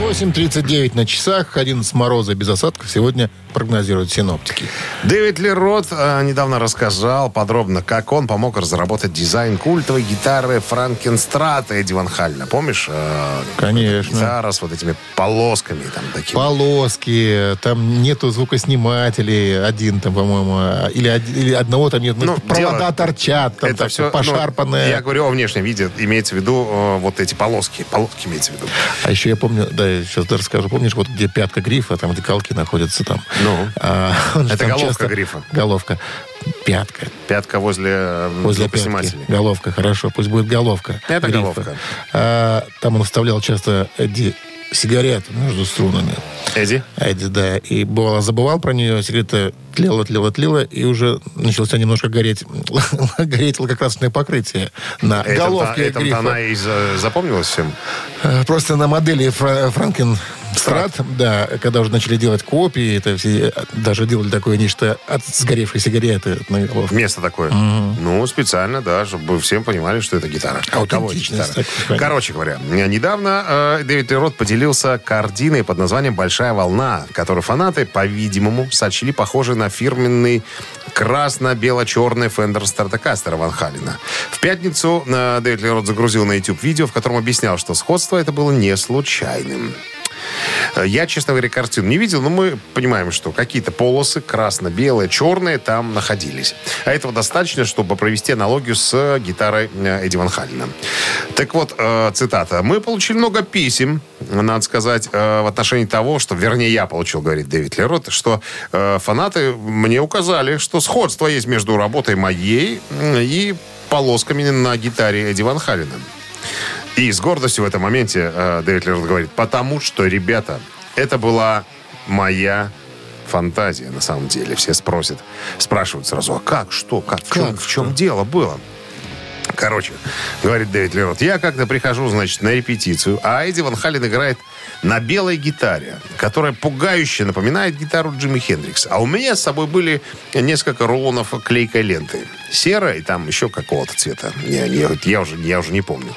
B: 8.39 на часах, 11 мороза без осадков сегодня прогнозируют синоптики.
C: Дэвид Лерот э, недавно рассказал подробно, как он помог разработать дизайн культовой гитары Франкенстрата Эдди Ван Халлена. Помнишь? э,
B: Конечно.
C: Гитара с вот этими полосками там такими.
B: Полоски, там нету звукоснимателей, один там, по-моему, а, или, од- или одного там нет, ну,
C: Ну,
B: провода
C: дело-
B: торчат, там
C: Это все
B: пошарпанное.
C: я говорю о внешнем виде. Имеется в виду э, вот эти полоски. Полоски имеется в виду.
B: А еще я помню, да, я сейчас даже скажу, помнишь, вот где пятка грифа, там, где колки находятся там.
C: Ну.
B: А, он же
C: Это
B: там
C: головка грифа.
B: Головка. Пятка.
C: Пятка возле, э,
B: Возле пятки.
C: звукоснимателя.
B: Головка, хорошо, пусть будет головка.
C: Это головка.
B: А, там он вставлял часто эти сигареты между струнами.
C: Эдди?
B: Эдди, да. И бывало, забывал про нее, сигарета тлела, тлела, тлела, и уже начался немножко гореть, гореть лакокрасное покрытие на
C: Этом-то-
B: головке
C: этом-то
B: грифа.
C: она и за- запомнилась всем.
B: Э, Просто на модели Фра- Франкен Страт, да, когда уже начали делать копии, это все, э, даже делали такое нечто от сгоревшей сигареты на головке.
C: Место такое. Ну, специально, да, чтобы всем понимали, что это гитара. А Кого это
B: Аутентичность
C: гитара?
B: такая.
C: Короче говоря, недавно э, Дэвид Лерот поделился картиной под названием «Большая волна», которую фанаты, по-видимому, сочли похожей на фирменный красно-бело-черный Фендер Stratocaster Ван Халина. В пятницу э, Дэвид Лерот загрузил на YouTube видео, в котором объяснял, что сходство это было не случайным. Э, Я, честно говоря, картину не видел, но мы понимаем, что какие-то полосы красно-белые, черные там находились. А этого достаточно, чтобы провести аналогию с гитарой э, Эдди Ван Халлина. Так вот, э, цитата. «Мы получили много писем, надо сказать, э, в отношении того, что, вернее, я получил, говорит Дэвид Лерот, что э, фанаты мне указали, что сходство есть между работой моей м, и полосками на гитаре Эдди Ван Халлина. И с гордостью в этом моменте э, Дэвид Лерот говорит, потому что, ребята, это была моя фантазия, на самом деле. Все спросят, спрашивают сразу, а как, что, как, в, чем,
B: Как,
C: в чем дело было? Короче, говорит Дэвид Лерот, я как-то прихожу, значит, на репетицию, а Эдди Ван Халлен играет на белой гитаре, которая пугающе напоминает гитару Джимми Хендрикс. А у меня с собой были несколько рулонов клейкой ленты. Серая и там еще какого-то цвета. Я, я- я уже, я уже не помню.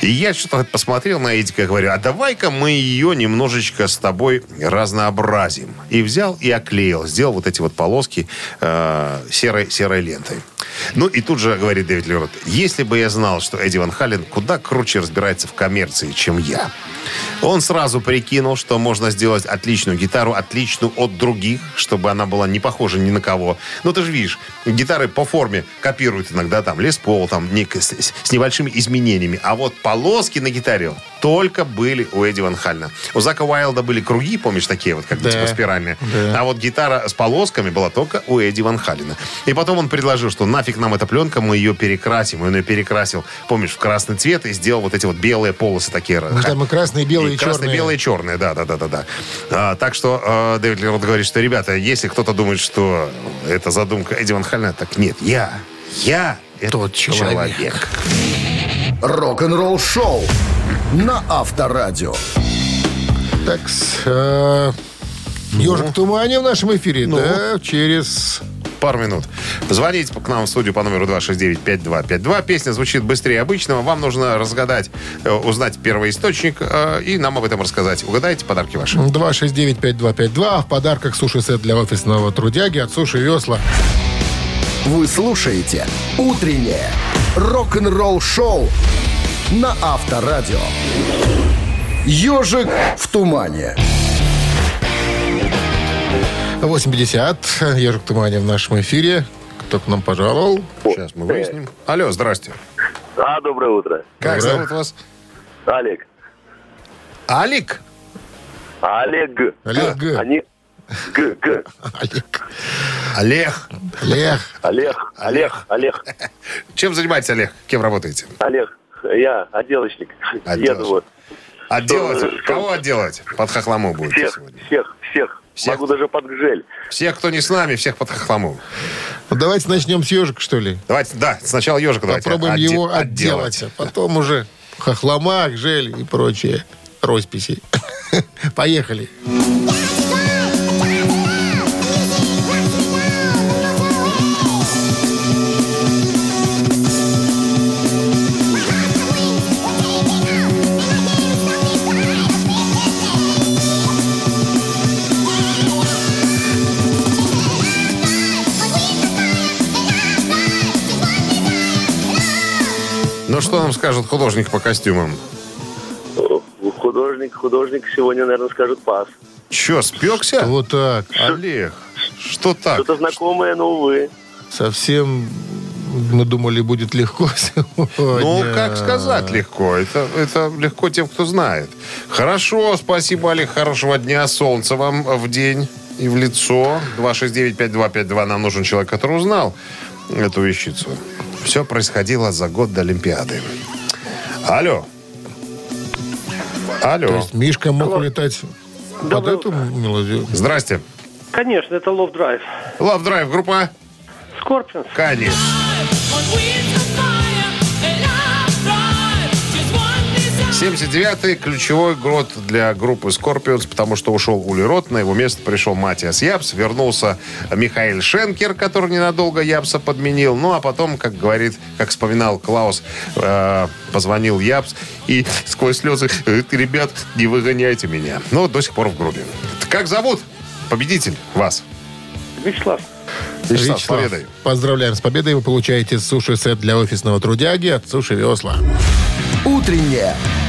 C: И я что-то посмотрел на Эдика и говорю, а давай-ка мы ее немножечко с тобой разнообразим. И взял и оклеил, сделал вот эти вот полоски э, серой, серой лентой. Ну и тут же говорит Дэвид Лерот, если бы я знал, что Эдди Ван Халлен куда круче разбирается в коммерции, чем я, Он сразу прикинул, что можно сделать отличную гитару, отличную от других, чтобы она была не похожа ни на кого. Ну, ты же видишь, гитары по форме копируют иногда там лес пол, там нек- с, с- с небольшими изменениями. А вот полоски на гитаре только были у Эдди Ван Хальна. У Зака Уайлда были круги, помнишь, такие вот, как бы
B: Да.
C: типа спиральные.
B: Да.
C: А вот гитара с полосками была только у Эдди Ван Халина. И потом он предложил, что нафиг нам эта пленка, мы ее перекрасим. И он ее перекрасил, помнишь, в красный цвет и сделал вот эти вот белые полосы такие.
B: Ну, там и красные, и белые, и
C: Красные,
B: черные.
C: белые, и черные, да, да, да, да. да. А, так что э, Дэвид Лерот говорит, что, ребята, если кто-то думает, что это задумка Эдди Ван Халина, так нет, я, я это
B: Тот человек.
C: человек.
A: Рок-н-ролл шоу на Авторадио.
B: Так, э, Ежик в тумане в нашем эфире, да, через...
C: пару минут. Звоните к нам в студию по номеру 269-5252. Песня звучит быстрее обычного. Вам нужно разгадать, э, узнать первоисточник э, и нам об этом рассказать. Угадайте подарки ваши.
B: 269-5252. А В подарках суши-сет для офисного трудяги от Суши Весла.
A: Вы слушаете «Утреннее рок-н-ролл-шоу» на Авторадио. «Ежик в тумане».
B: 8.50. Ежик в тумане в нашем эфире. Кто к нам пожаловал?
C: Сейчас мы выясним. Алло, здрасте.
F: А, доброе утро.
C: Как
B: Доброе.
C: зовут вас?
F: Олег.
C: Алик?
F: Олег.
B: Олег Г.
F: Они... Г, Г.
B: Олег.
C: Олег.
B: Олег.
F: Олег, Олег, Олег,
C: Чем занимаетесь, Олег? Кем работаете?
F: Олег. Я отделочник.
C: Отделочник.
F: Еду вот.
C: Отделать?
F: Что-
C: Кого отделать? Под хохлому будете
F: Всех,
C: сегодня.
F: всех, всех,
C: Всех.
F: Могу даже под гжель.
C: Всех, кто не с нами, всех под хохлому.
B: Ну, давайте начнем с ежика, что ли?
C: Давайте, да, сначала ежика давайте.
B: Попробуем
C: отде-
B: его отделать. а Потом уже хохломах, жель и прочие росписи. Поехали.
C: Ну, что нам скажет художник по костюмам?
F: О, Э, Художник, художник сегодня, наверное, скажет пас.
C: Че, спекся?
B: Вот так.
C: Олег, что так?
F: Что-то знакомое, но увы.
B: Совсем мы думали, будет легко
C: Ну,
B: сегодня.
C: как сказать легко. Это, это легко тем, кто знает. Хорошо, спасибо, Олег. Хорошего дня. Солнца вам в день и в лицо. 269-5252. Нам нужен человек, который узнал эту вещицу. Все происходило за год до Олимпиады. Алло.
B: То
C: Алло.
B: есть Мишка мог улетать под
H: Доброе
B: эту мелодию.
C: Здрасте.
H: Конечно, это Love Drive.
C: Love Drive группа.
H: Scorpions.
C: Конечно.
I: On wheels of fire, and I drive just one desire.
C: 79-й ключевой год для группы Scorpions, потому что ушел Ули Рот, на его место пришел Матиас Япс, вернулся Михаил Шенкер, который ненадолго Япса подменил. Ну, а потом, как говорит, как вспоминал Клаус, э, позвонил Япс и сквозь слезы говорит, ребят, не выгоняйте меня. Но до сих пор в группе. Как зовут победитель вас?
H: Вячеслав.
C: Вячеслав, с победой.
B: поздравляем с победой. Вы получаете суши-сет для офисного трудяги от Суши Весла.
A: «Утреннее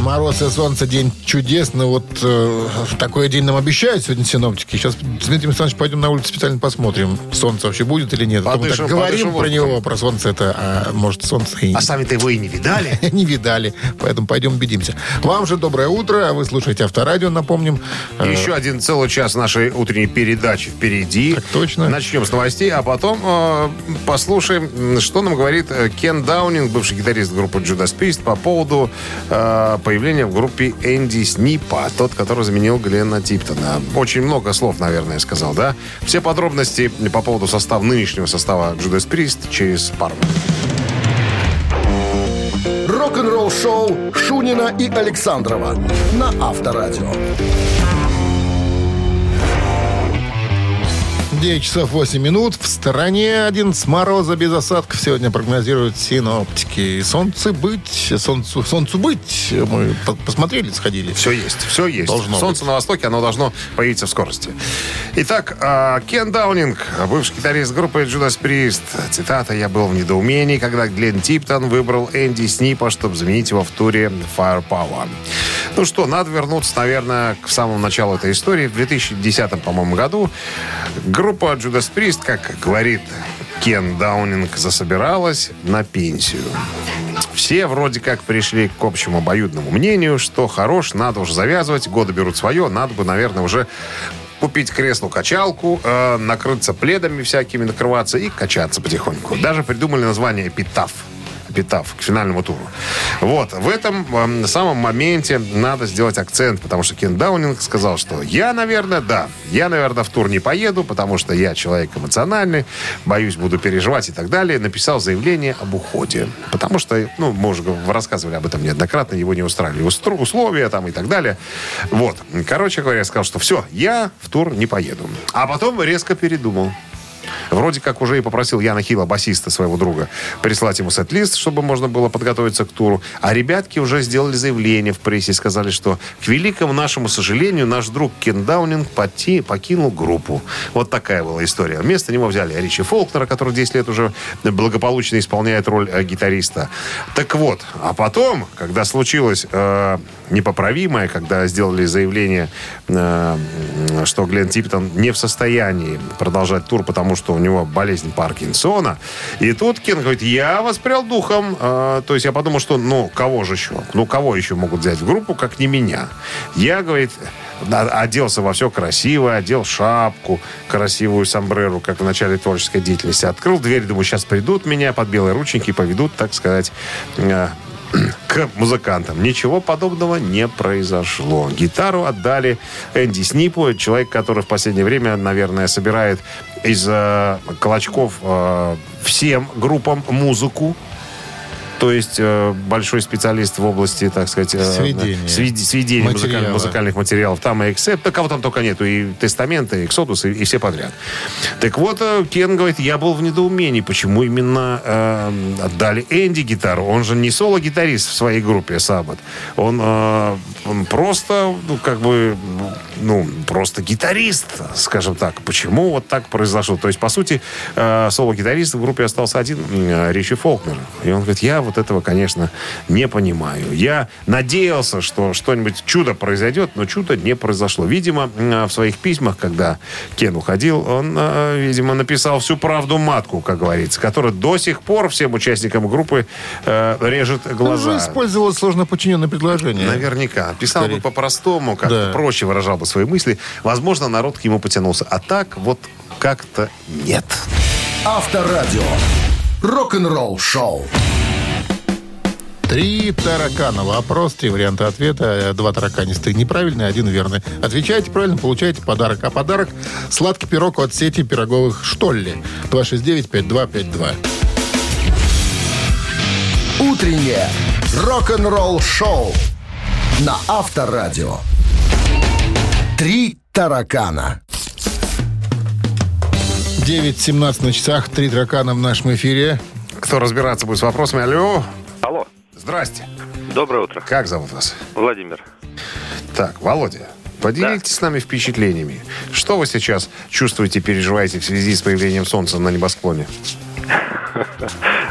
B: Мороз и солнце, день чудесный. Вот э, такой день нам обещают сегодня синоптики. Сейчас с Дмитрием Александровичем пойдем на улицу специально посмотрим, солнце вообще будет или нет. А то мы
C: Подышим,
B: так говорим
C: подышим
B: про
C: воздухом.
B: него, про солнце это, а может солнце и
C: А сами-то его и не видали.
B: не видали. Поэтому пойдем убедимся. Вам же доброе утро. А Вы слушаете Авторадио, напомним. Э,
C: Еще один целый час нашей утренней передачи впереди.
B: Так точно.
C: Начнем с новостей, а потом э, послушаем, м, что нам говорит э, Кен Даунинг, бывший гитарист группы Judas Priest, по поводу э, появления в группе Энди Снипа, тот, который заменил Глена Типтона. Очень много слов, наверное, я сказал, да? Все подробности по поводу состава, нынешнего состава Judas Priest через пару минут.
A: Рок-н-ролл-шоу Шунина и Александрова на Авторадио.
B: 9 часов 8 минут. В стороне один с мороза без осадков. Сегодня прогнозируют синоптики. Солнце быть, солнцу, солнцу быть. Мы по- посмотрели, сходили.
C: Все есть, все есть.
B: Должно
C: Солнце на востоке, оно должно появиться в скорости. Итак, а, Кен Даунинг, бывший гитарист группы Джудас Прист. Цитата «Я был в недоумении, когда Глен Типтон выбрал Энди Снипа, чтобы заменить его в туре Firepower». Ну что, надо вернуться, наверное, к самому началу этой истории. В 2010, по-моему, году группа Джудас Прист, как говорит Кен Даунинг, засобиралась на пенсию. Все вроде как пришли к общему обоюдному мнению, что хорош, надо уже завязывать, годы берут свое, надо бы, наверное, уже купить кресло-качалку, э, накрыться пледами всякими, накрываться и качаться потихоньку. Даже придумали название «Эпитаф». Эпитаф к финальному туру. Вот, в этом эм, самом моменте надо сделать акцент, потому что Кен Даунинг сказал, что я, наверное, да, я, наверное, в тур не поеду, потому что я человек эмоциональный, боюсь, буду переживать и так далее, написал заявление об уходе. Потому что, ну, мы уже рассказывали об этом неоднократно, его не устраивали устру- условия там и так далее. Вот. Короче говоря, я сказал, что все, я в тур не поеду. А потом резко передумал. Вроде как уже и попросил Яна Хила, басиста своего друга, прислать ему сет-лист, чтобы можно было подготовиться к туру. А ребятки уже сделали заявление в прессе и сказали, что к великому нашему сожалению наш друг Кен Даунинг поте- покинул группу. Вот такая была история. Вместо него взяли Ричи Фолкнера, который 10 лет уже благополучно исполняет роль э, гитариста. Так вот, а потом, когда случилось э, непоправимое, когда сделали заявление, э, м, что Глен Типтон не в состоянии продолжать тур, потому что у него болезнь Паркинсона. И тут Кен говорит, я воспрял духом. Э, то есть я подумал, что ну кого же еще? Ну кого еще могут взять в группу, как не меня? Я, говорит, на- оделся во все красивое, одел шапку, красивую сомбреру, как в начале творческой деятельности. Открыл дверь, думаю, сейчас придут меня под белые рученьки и поведут, так сказать, э, к музыкантам. Ничего подобного не произошло. Гитару отдали Энди Снипу, человек, который в последнее время, наверное, собирает из э, клочков э, всем группам музыку. То есть э, большой специалист в области, так сказать, э,
B: Сведения.
C: сведи- сведений музыкальных-
B: Материала.
C: музыкальных материалов. Там и эксепт, да кого там только нету, и тестамента, и эксодус, и, и все подряд. Так вот, э, Кен говорит, я был в недоумении, почему именно э, отдали Энди гитару. Он же не соло-гитарист в своей группе Саббат. Он, э, он просто, ну, как бы, ну, просто гитарист, скажем так. Почему вот так произошло? То есть, по сути, э, соло-гитарист в группе остался один, э, Ричи Фолкнер. И он говорит, я вот этого, конечно, не понимаю. Я надеялся, что что-нибудь чудо произойдет, но чудо не произошло. Видимо, э, в своих письмах, когда Кен уходил, он, э, видимо, написал всю правду матку, как говорится, которая до сих пор всем участникам группы э, режет глаза.
B: Уже использовал Ну, сложно подчиненное предложение.
C: Наверняка. Писал бы
B: Скорее.
C: по-простому, как-то
B: Да.
C: проще выражал бы свои мысли. Возможно, народ к нему потянулся. А так вот как-то нет.
A: Авторадио. Рок-н-ролл шоу.
B: Три таракана. Вопрос, три варианта ответа. Э, Два тараканистые неправильные, один верный. Отвечаете правильно, получаете подарок. А подарок – сладкий пирог от сети пироговых «Штолли». 269-5252.
A: Утреннее рок-н-ролл шоу на Авторадио. Три таракана.
B: 9.17 на часах, три таракана в нашем эфире.
C: Кто разбираться будет с вопросами? Алло.
D: Алло,
C: Здрасте.
D: доброе утро.
C: Как зовут вас?
D: Владимир.
C: Так, Володя, поделитесь с нами впечатлениями. Что вы сейчас чувствуете, переживаете в связи с появлением солнца на небосклоне?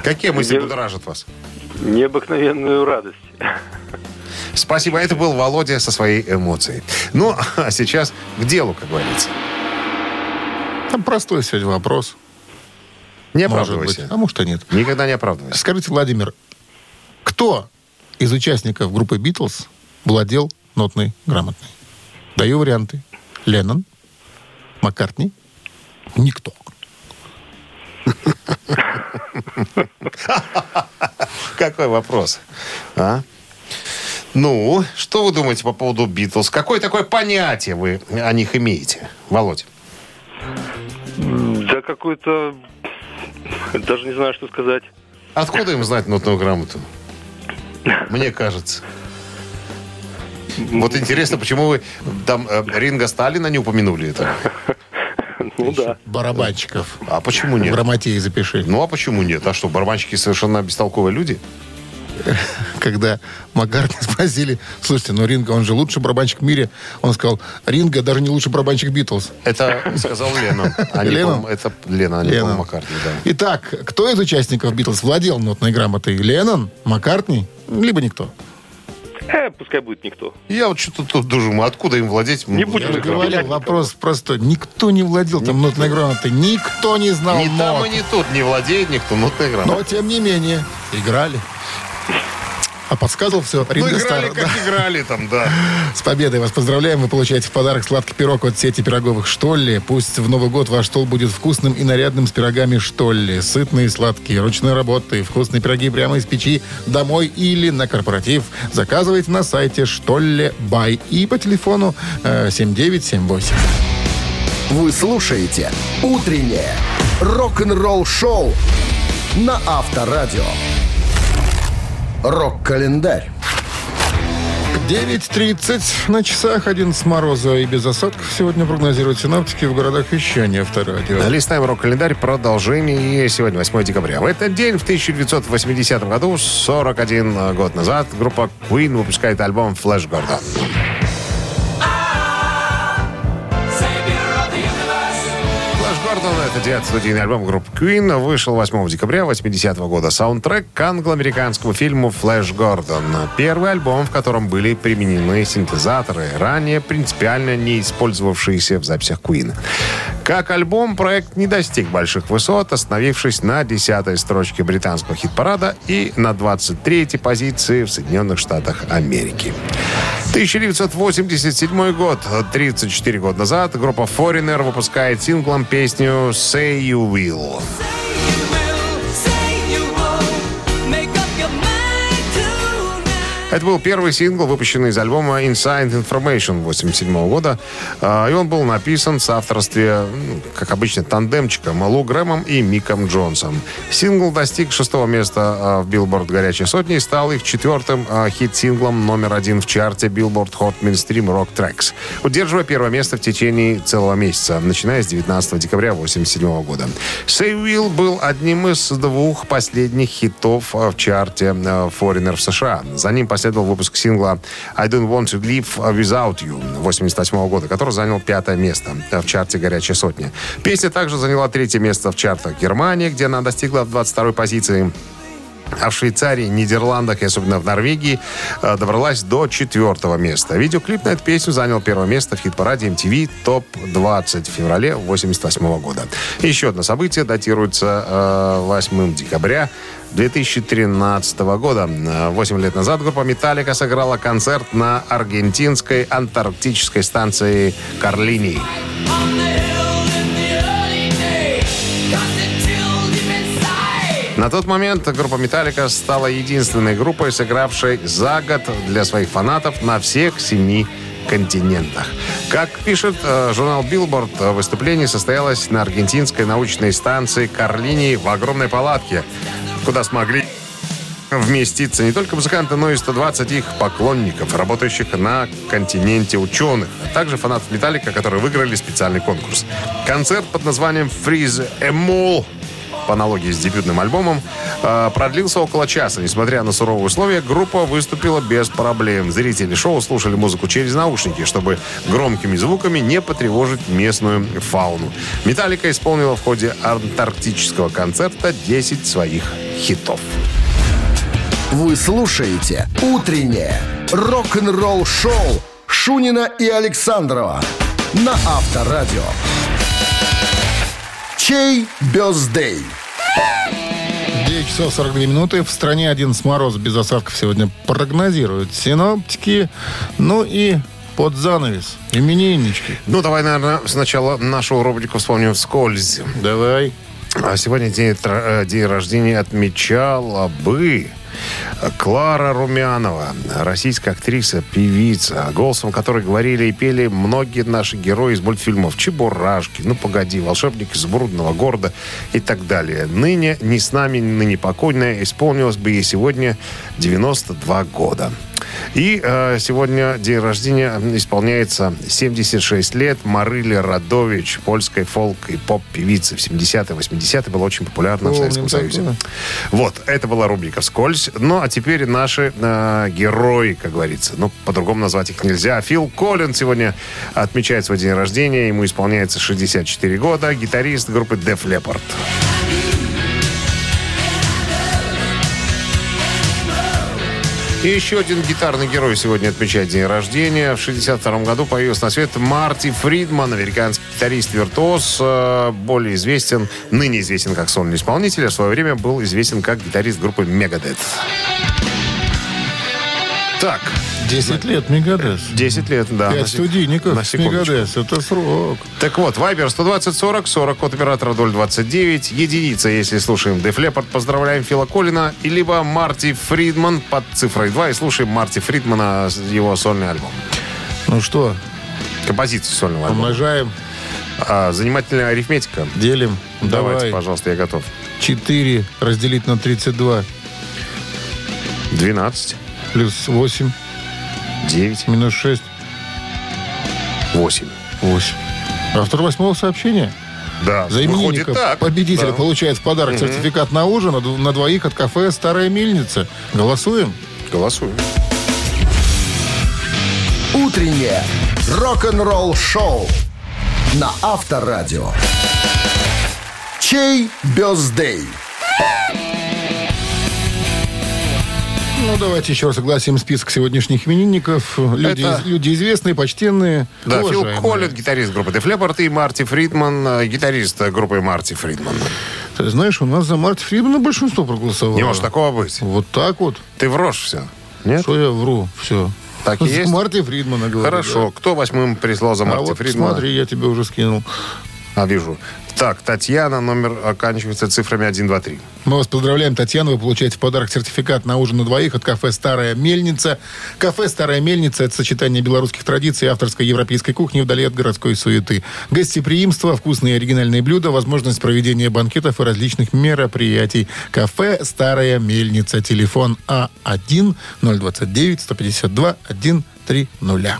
C: Какие мысли
D: Я-
C: будоражат вас?
D: Необыкновенную радость.
C: Спасибо, это был Володя со своей эмоцией. Ну, а сейчас к делу, как говорится.
B: Там простой сегодня вопрос.
C: Не
B: Может быть.
C: оправдывайся.
B: А может, и нет.
C: Никогда не оправдывайся.
B: Скажите, Владимир, кто из участников группы «Битлз» владел нотной грамотной? Даю варианты. Леннон, Маккартни, никто.
C: Какой вопрос? А? Ну, что вы думаете по поводу Битлз? Какое такое понятие вы о них имеете, Володь?
D: Да какую-то... Даже не знаю, что сказать.
C: Откуда им знать нотную грамоту? Мне кажется. Вот интересно, почему вы там э, Ринга Сталина не упомянули это?
H: Ну да.
B: Барабанщиков.
C: А почему
B: В
C: нет?
B: Грамотеи запиши.
C: Ну а почему нет? А что, барабанщики совершенно бестолковые люди?
B: когда Маккартни спросили, слушайте, ну Ринго, он же лучший барабанщик в мире. Он сказал, Ринго даже не лучший барабанщик Битлз.
C: Это сказал Лена. А не
B: Леннон?
C: Пол- Это Лена, а не
B: Леннон.
C: Пол Маккартни, да.
B: Итак, кто из участников Битлз владел нотной грамотой? Леннон, Маккартни, либо никто?
H: Э, пускай будет никто.
C: Я вот что-то тут думаю, откуда им владеть?
H: Не будем
B: Я же
H: Никто.
B: говорил, вопрос простой. Никто не владел там нотной грамотой. Никто не знал
C: Ни там
B: нот.
C: и ни тут не владеет никто, ну ты играл.
B: Но, тем не менее, играли. А подсказывал все.
C: Ну,
B: Ринго
C: играли,
B: Стар, да.
C: как играли там, да.
B: С победой вас поздравляем. Вы получаете в подарок сладкий пирог от сети пироговых «Штолли». Пусть в Новый год ваш штол будет вкусным и нарядным с пирогами «Штолли». Сытные, сладкие, ручной работы, вкусные пироги прямо из печи, домой или на корпоратив. Заказывайте на сайте «Штолли Бай» и по телефону э, 7978.
A: Вы слушаете «Утреннее рок-н-ролл-шоу» на Авторадио. Рок-календарь.
B: 9.30 на часах, 11 мороза и без осадков. Сегодня прогнозируют синаптики в городах еще не авторадио.
C: Листаем рок-календарь. Продолжение сегодня, 8 декабря. В этот день, в 1980 году, 41 год назад, группа Queen выпускает альбом Flash Gordon.
I: Savior of the universe.
C: Флэш Гордон, это девятый студийный альбом группы Queen, вышел 8 декабря 80 года. Саундтрек к англо-американскому фильму «Флэш Гордон». Первый альбом, в котором были применены синтезаторы, ранее принципиально не использовавшиеся в записях Queen. Как альбом, проект не достиг больших высот, остановившись на 10 строчке британского хит-парада и на 23-й позиции в Соединенных Штатах Америки. 1987 год, 34 года назад, группа Foreigner выпускает синглом песню «Say You Will». Это был первый сингл, выпущенный из альбома Inside Information 1987 года. А, И он был написан в соавторстве, ну, как обычно, тандемчиком Лу Грэмом и Миком Джонсом. Сингл достиг шестого места а, в Билборд «Горячей сотни» и стал их четвертым а, хит-синглом номер один в чарте Билборд Hot Mainstream Rock Tracks, удерживая первое место в течение целого месяца, начиная с 19 декабря 1987 года. «Say Will» был одним из двух последних хитов а, в чарте а, Foreigner в США. За ним последовал выпуск сингла «I Don't Want to Live Without You» 1988 года, который занял пятое место э, в чарте «Горячая сотня». Песня также заняла третье место в чартах Германии, где она достигла 22-й позиции. А в Швейцарии, Нидерландах и особенно в Норвегии э, добралась до четвертого места. Видеоклип на эту песню занял первое место в хит-параде MTV ТОП-20 в феврале 1988 года. Еще одно событие датируется э, 8 декабря 2013 года. Э, Восемь лет назад группа «Металлика» сыграла концерт на аргентинской антарктической станции «Карлини». На тот момент группа «Металлика» стала единственной группой, сыгравшей за год для своих фанатов на всех семи континентах. Как пишет э, журнал Билборд, выступление состоялось на аргентинской научной станции Карлини в огромной палатке, куда смогли вместиться не только музыканты, но и 120 их поклонников, работающих на континенте ученых, а также фанатов «Металлика», которые выиграли специальный конкурс. Концерт под названием «Freeze Эмол» по аналогии с дебютным альбомом, э, продлился около часа. Несмотря на суровые условия, группа выступила без проблем. Зрители шоу слушали музыку через наушники, чтобы громкими звуками не потревожить местную фауну. «Металлика» исполнила в ходе антарктического концерта 10 своих хитов.
A: Вы слушаете «Утреннее рок-н-ролл-шоу» Шунина и Александрова на Авторадио. Чей бездей?
B: 9 часов 42 минуты. В стране 11 мороз без осадков сегодня прогнозируют синоптики. Ну и под занавес имениннички.
C: Ну, давай, наверное, сначала нашу рубрику вспомним вскользь.
B: Давай.
C: А сегодня день, тра- э, день рождения отмечала бы Клара Румянова, российская актриса, певица, голосом которой говорили и пели многие наши герои из мультфильмов «Чебурашки», «Ну погоди», «Волшебник из брудного города» и так далее. Ныне «Не с нами, ныне покойная» исполнилось бы ей сегодня 92 года. И э, сегодня день рождения исполняется 76 лет Марили Радович, польской фолк и поп-певицы. В 70-е, 80-е была очень популярна в
B: Помним
C: Советском
B: такое.
C: Союзе. Вот, это была рубрика «Вскользь». Ну, а теперь наши э, герои, как говорится. Ну, по-другому назвать их нельзя. Фил Коллин сегодня отмечает свой день рождения. Ему исполняется 64 года. Гитарист группы Def Leppard. И еще один гитарный герой сегодня отмечает день рождения. В 1962 году появился на свет Марти Фридман, американский гитарист-виртуоз, э, более известен, ныне известен как сольный исполнитель, а в свое время был известен как гитарист группы Megadeth. Так,
B: 10 лет Мегадес.
C: 10 лет, да. на
B: 5
C: сек-
B: студийников
C: на
B: с
C: секундочку.
B: Мегадес. Это срок.
C: Так вот, Viber 120-40, 40 от оператора 029, единица, если слушаем Def Leppard, поздравляем Фила Колина, и либо Марти Фридман под цифрой 2 и слушаем Марти Фридмана, его сольный альбом.
B: Ну что,
C: Композицию сольного альбома.
B: умножаем,
C: А, занимательная арифметика.
B: делим.
C: Давайте,
B: Давай.
C: пожалуйста, я готов.
B: 4 разделить на 32
C: 12,
B: плюс 8
C: 9,
B: минус 6.
C: 8.
B: 8. Автор восьмого сообщения.
C: Да,
B: За
C: выходит
B: именинника
C: так.
B: победителя
C: Да.
B: получает в подарок сертификат на ужин а ду- на двоих от кафе «Старая мельница». Голосуем?
C: Голосуем.
A: Утреннее рок-н-ролл-шоу на Авторадио. Чей бездей?
B: Ну, давайте еще раз огласим список сегодняшних именинников. Люди,
C: Это-
B: из- люди известные, почтенные,
C: Да,
B: уважаемые.
C: Фил Коллин, гитарист группы Def Leppard, и Марти Фридман, э, гитарист э, группы Марти Фридман.
B: Ты знаешь, у нас за Марти Фридмана большинство проголосовало.
C: Не может такого быть.
B: Вот так вот.
C: Ты врешь все. Нет?
B: Что я вру? Все.
C: Так и есть?
B: Марти Фридмана говорю,
C: Хорошо. Кто восьмым прислал за
B: да.
C: Марти
B: А вот
C: Фридмана?
B: смотри, я тебе уже скинул.
C: А, вижу. Так, Татьяна, номер оканчивается цифрами 1, 2, 3.
B: Мы вас поздравляем, Татьяна. Вы получаете в подарок сертификат на ужин на двоих от кафе «Старая мельница». Кафе «Старая мельница» — это сочетание белорусских традиций и авторской европейской кухни вдали от городской суеты. Гостеприимство, вкусные и оригинальные блюда, возможность проведения банкетов и различных мероприятий. Кафе «Старая мельница». Телефон А А1-029-152-130.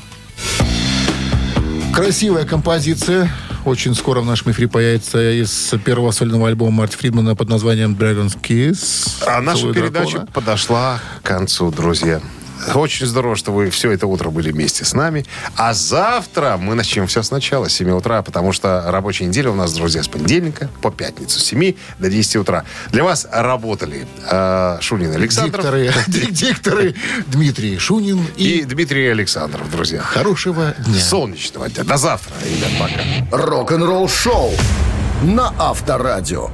B: Красивая композиция. Очень скоро в нашем эфире появится из первого сольного альбома Марти Фридмана под названием Dragon's Kiss.
C: А наша
B: Поцелуй
C: передача
B: дракона.
C: подошла к концу, друзья. Очень здорово, что вы все это утро были вместе с нами. А завтра мы начнем все сначала, с 7 утра, потому что рабочая неделя у нас, друзья, с понедельника по пятницу, с 7 до 10 утра. Для вас работали э, Шунин Александров
B: Дикторы, дик- дикторы Дмитрий Шунин и,
C: и Дмитрий Александров, друзья.
B: хорошего дня.
C: Солнечного дня. До завтра, ребят, пока.
A: Рок-н-ролл-шоу на Авторадио.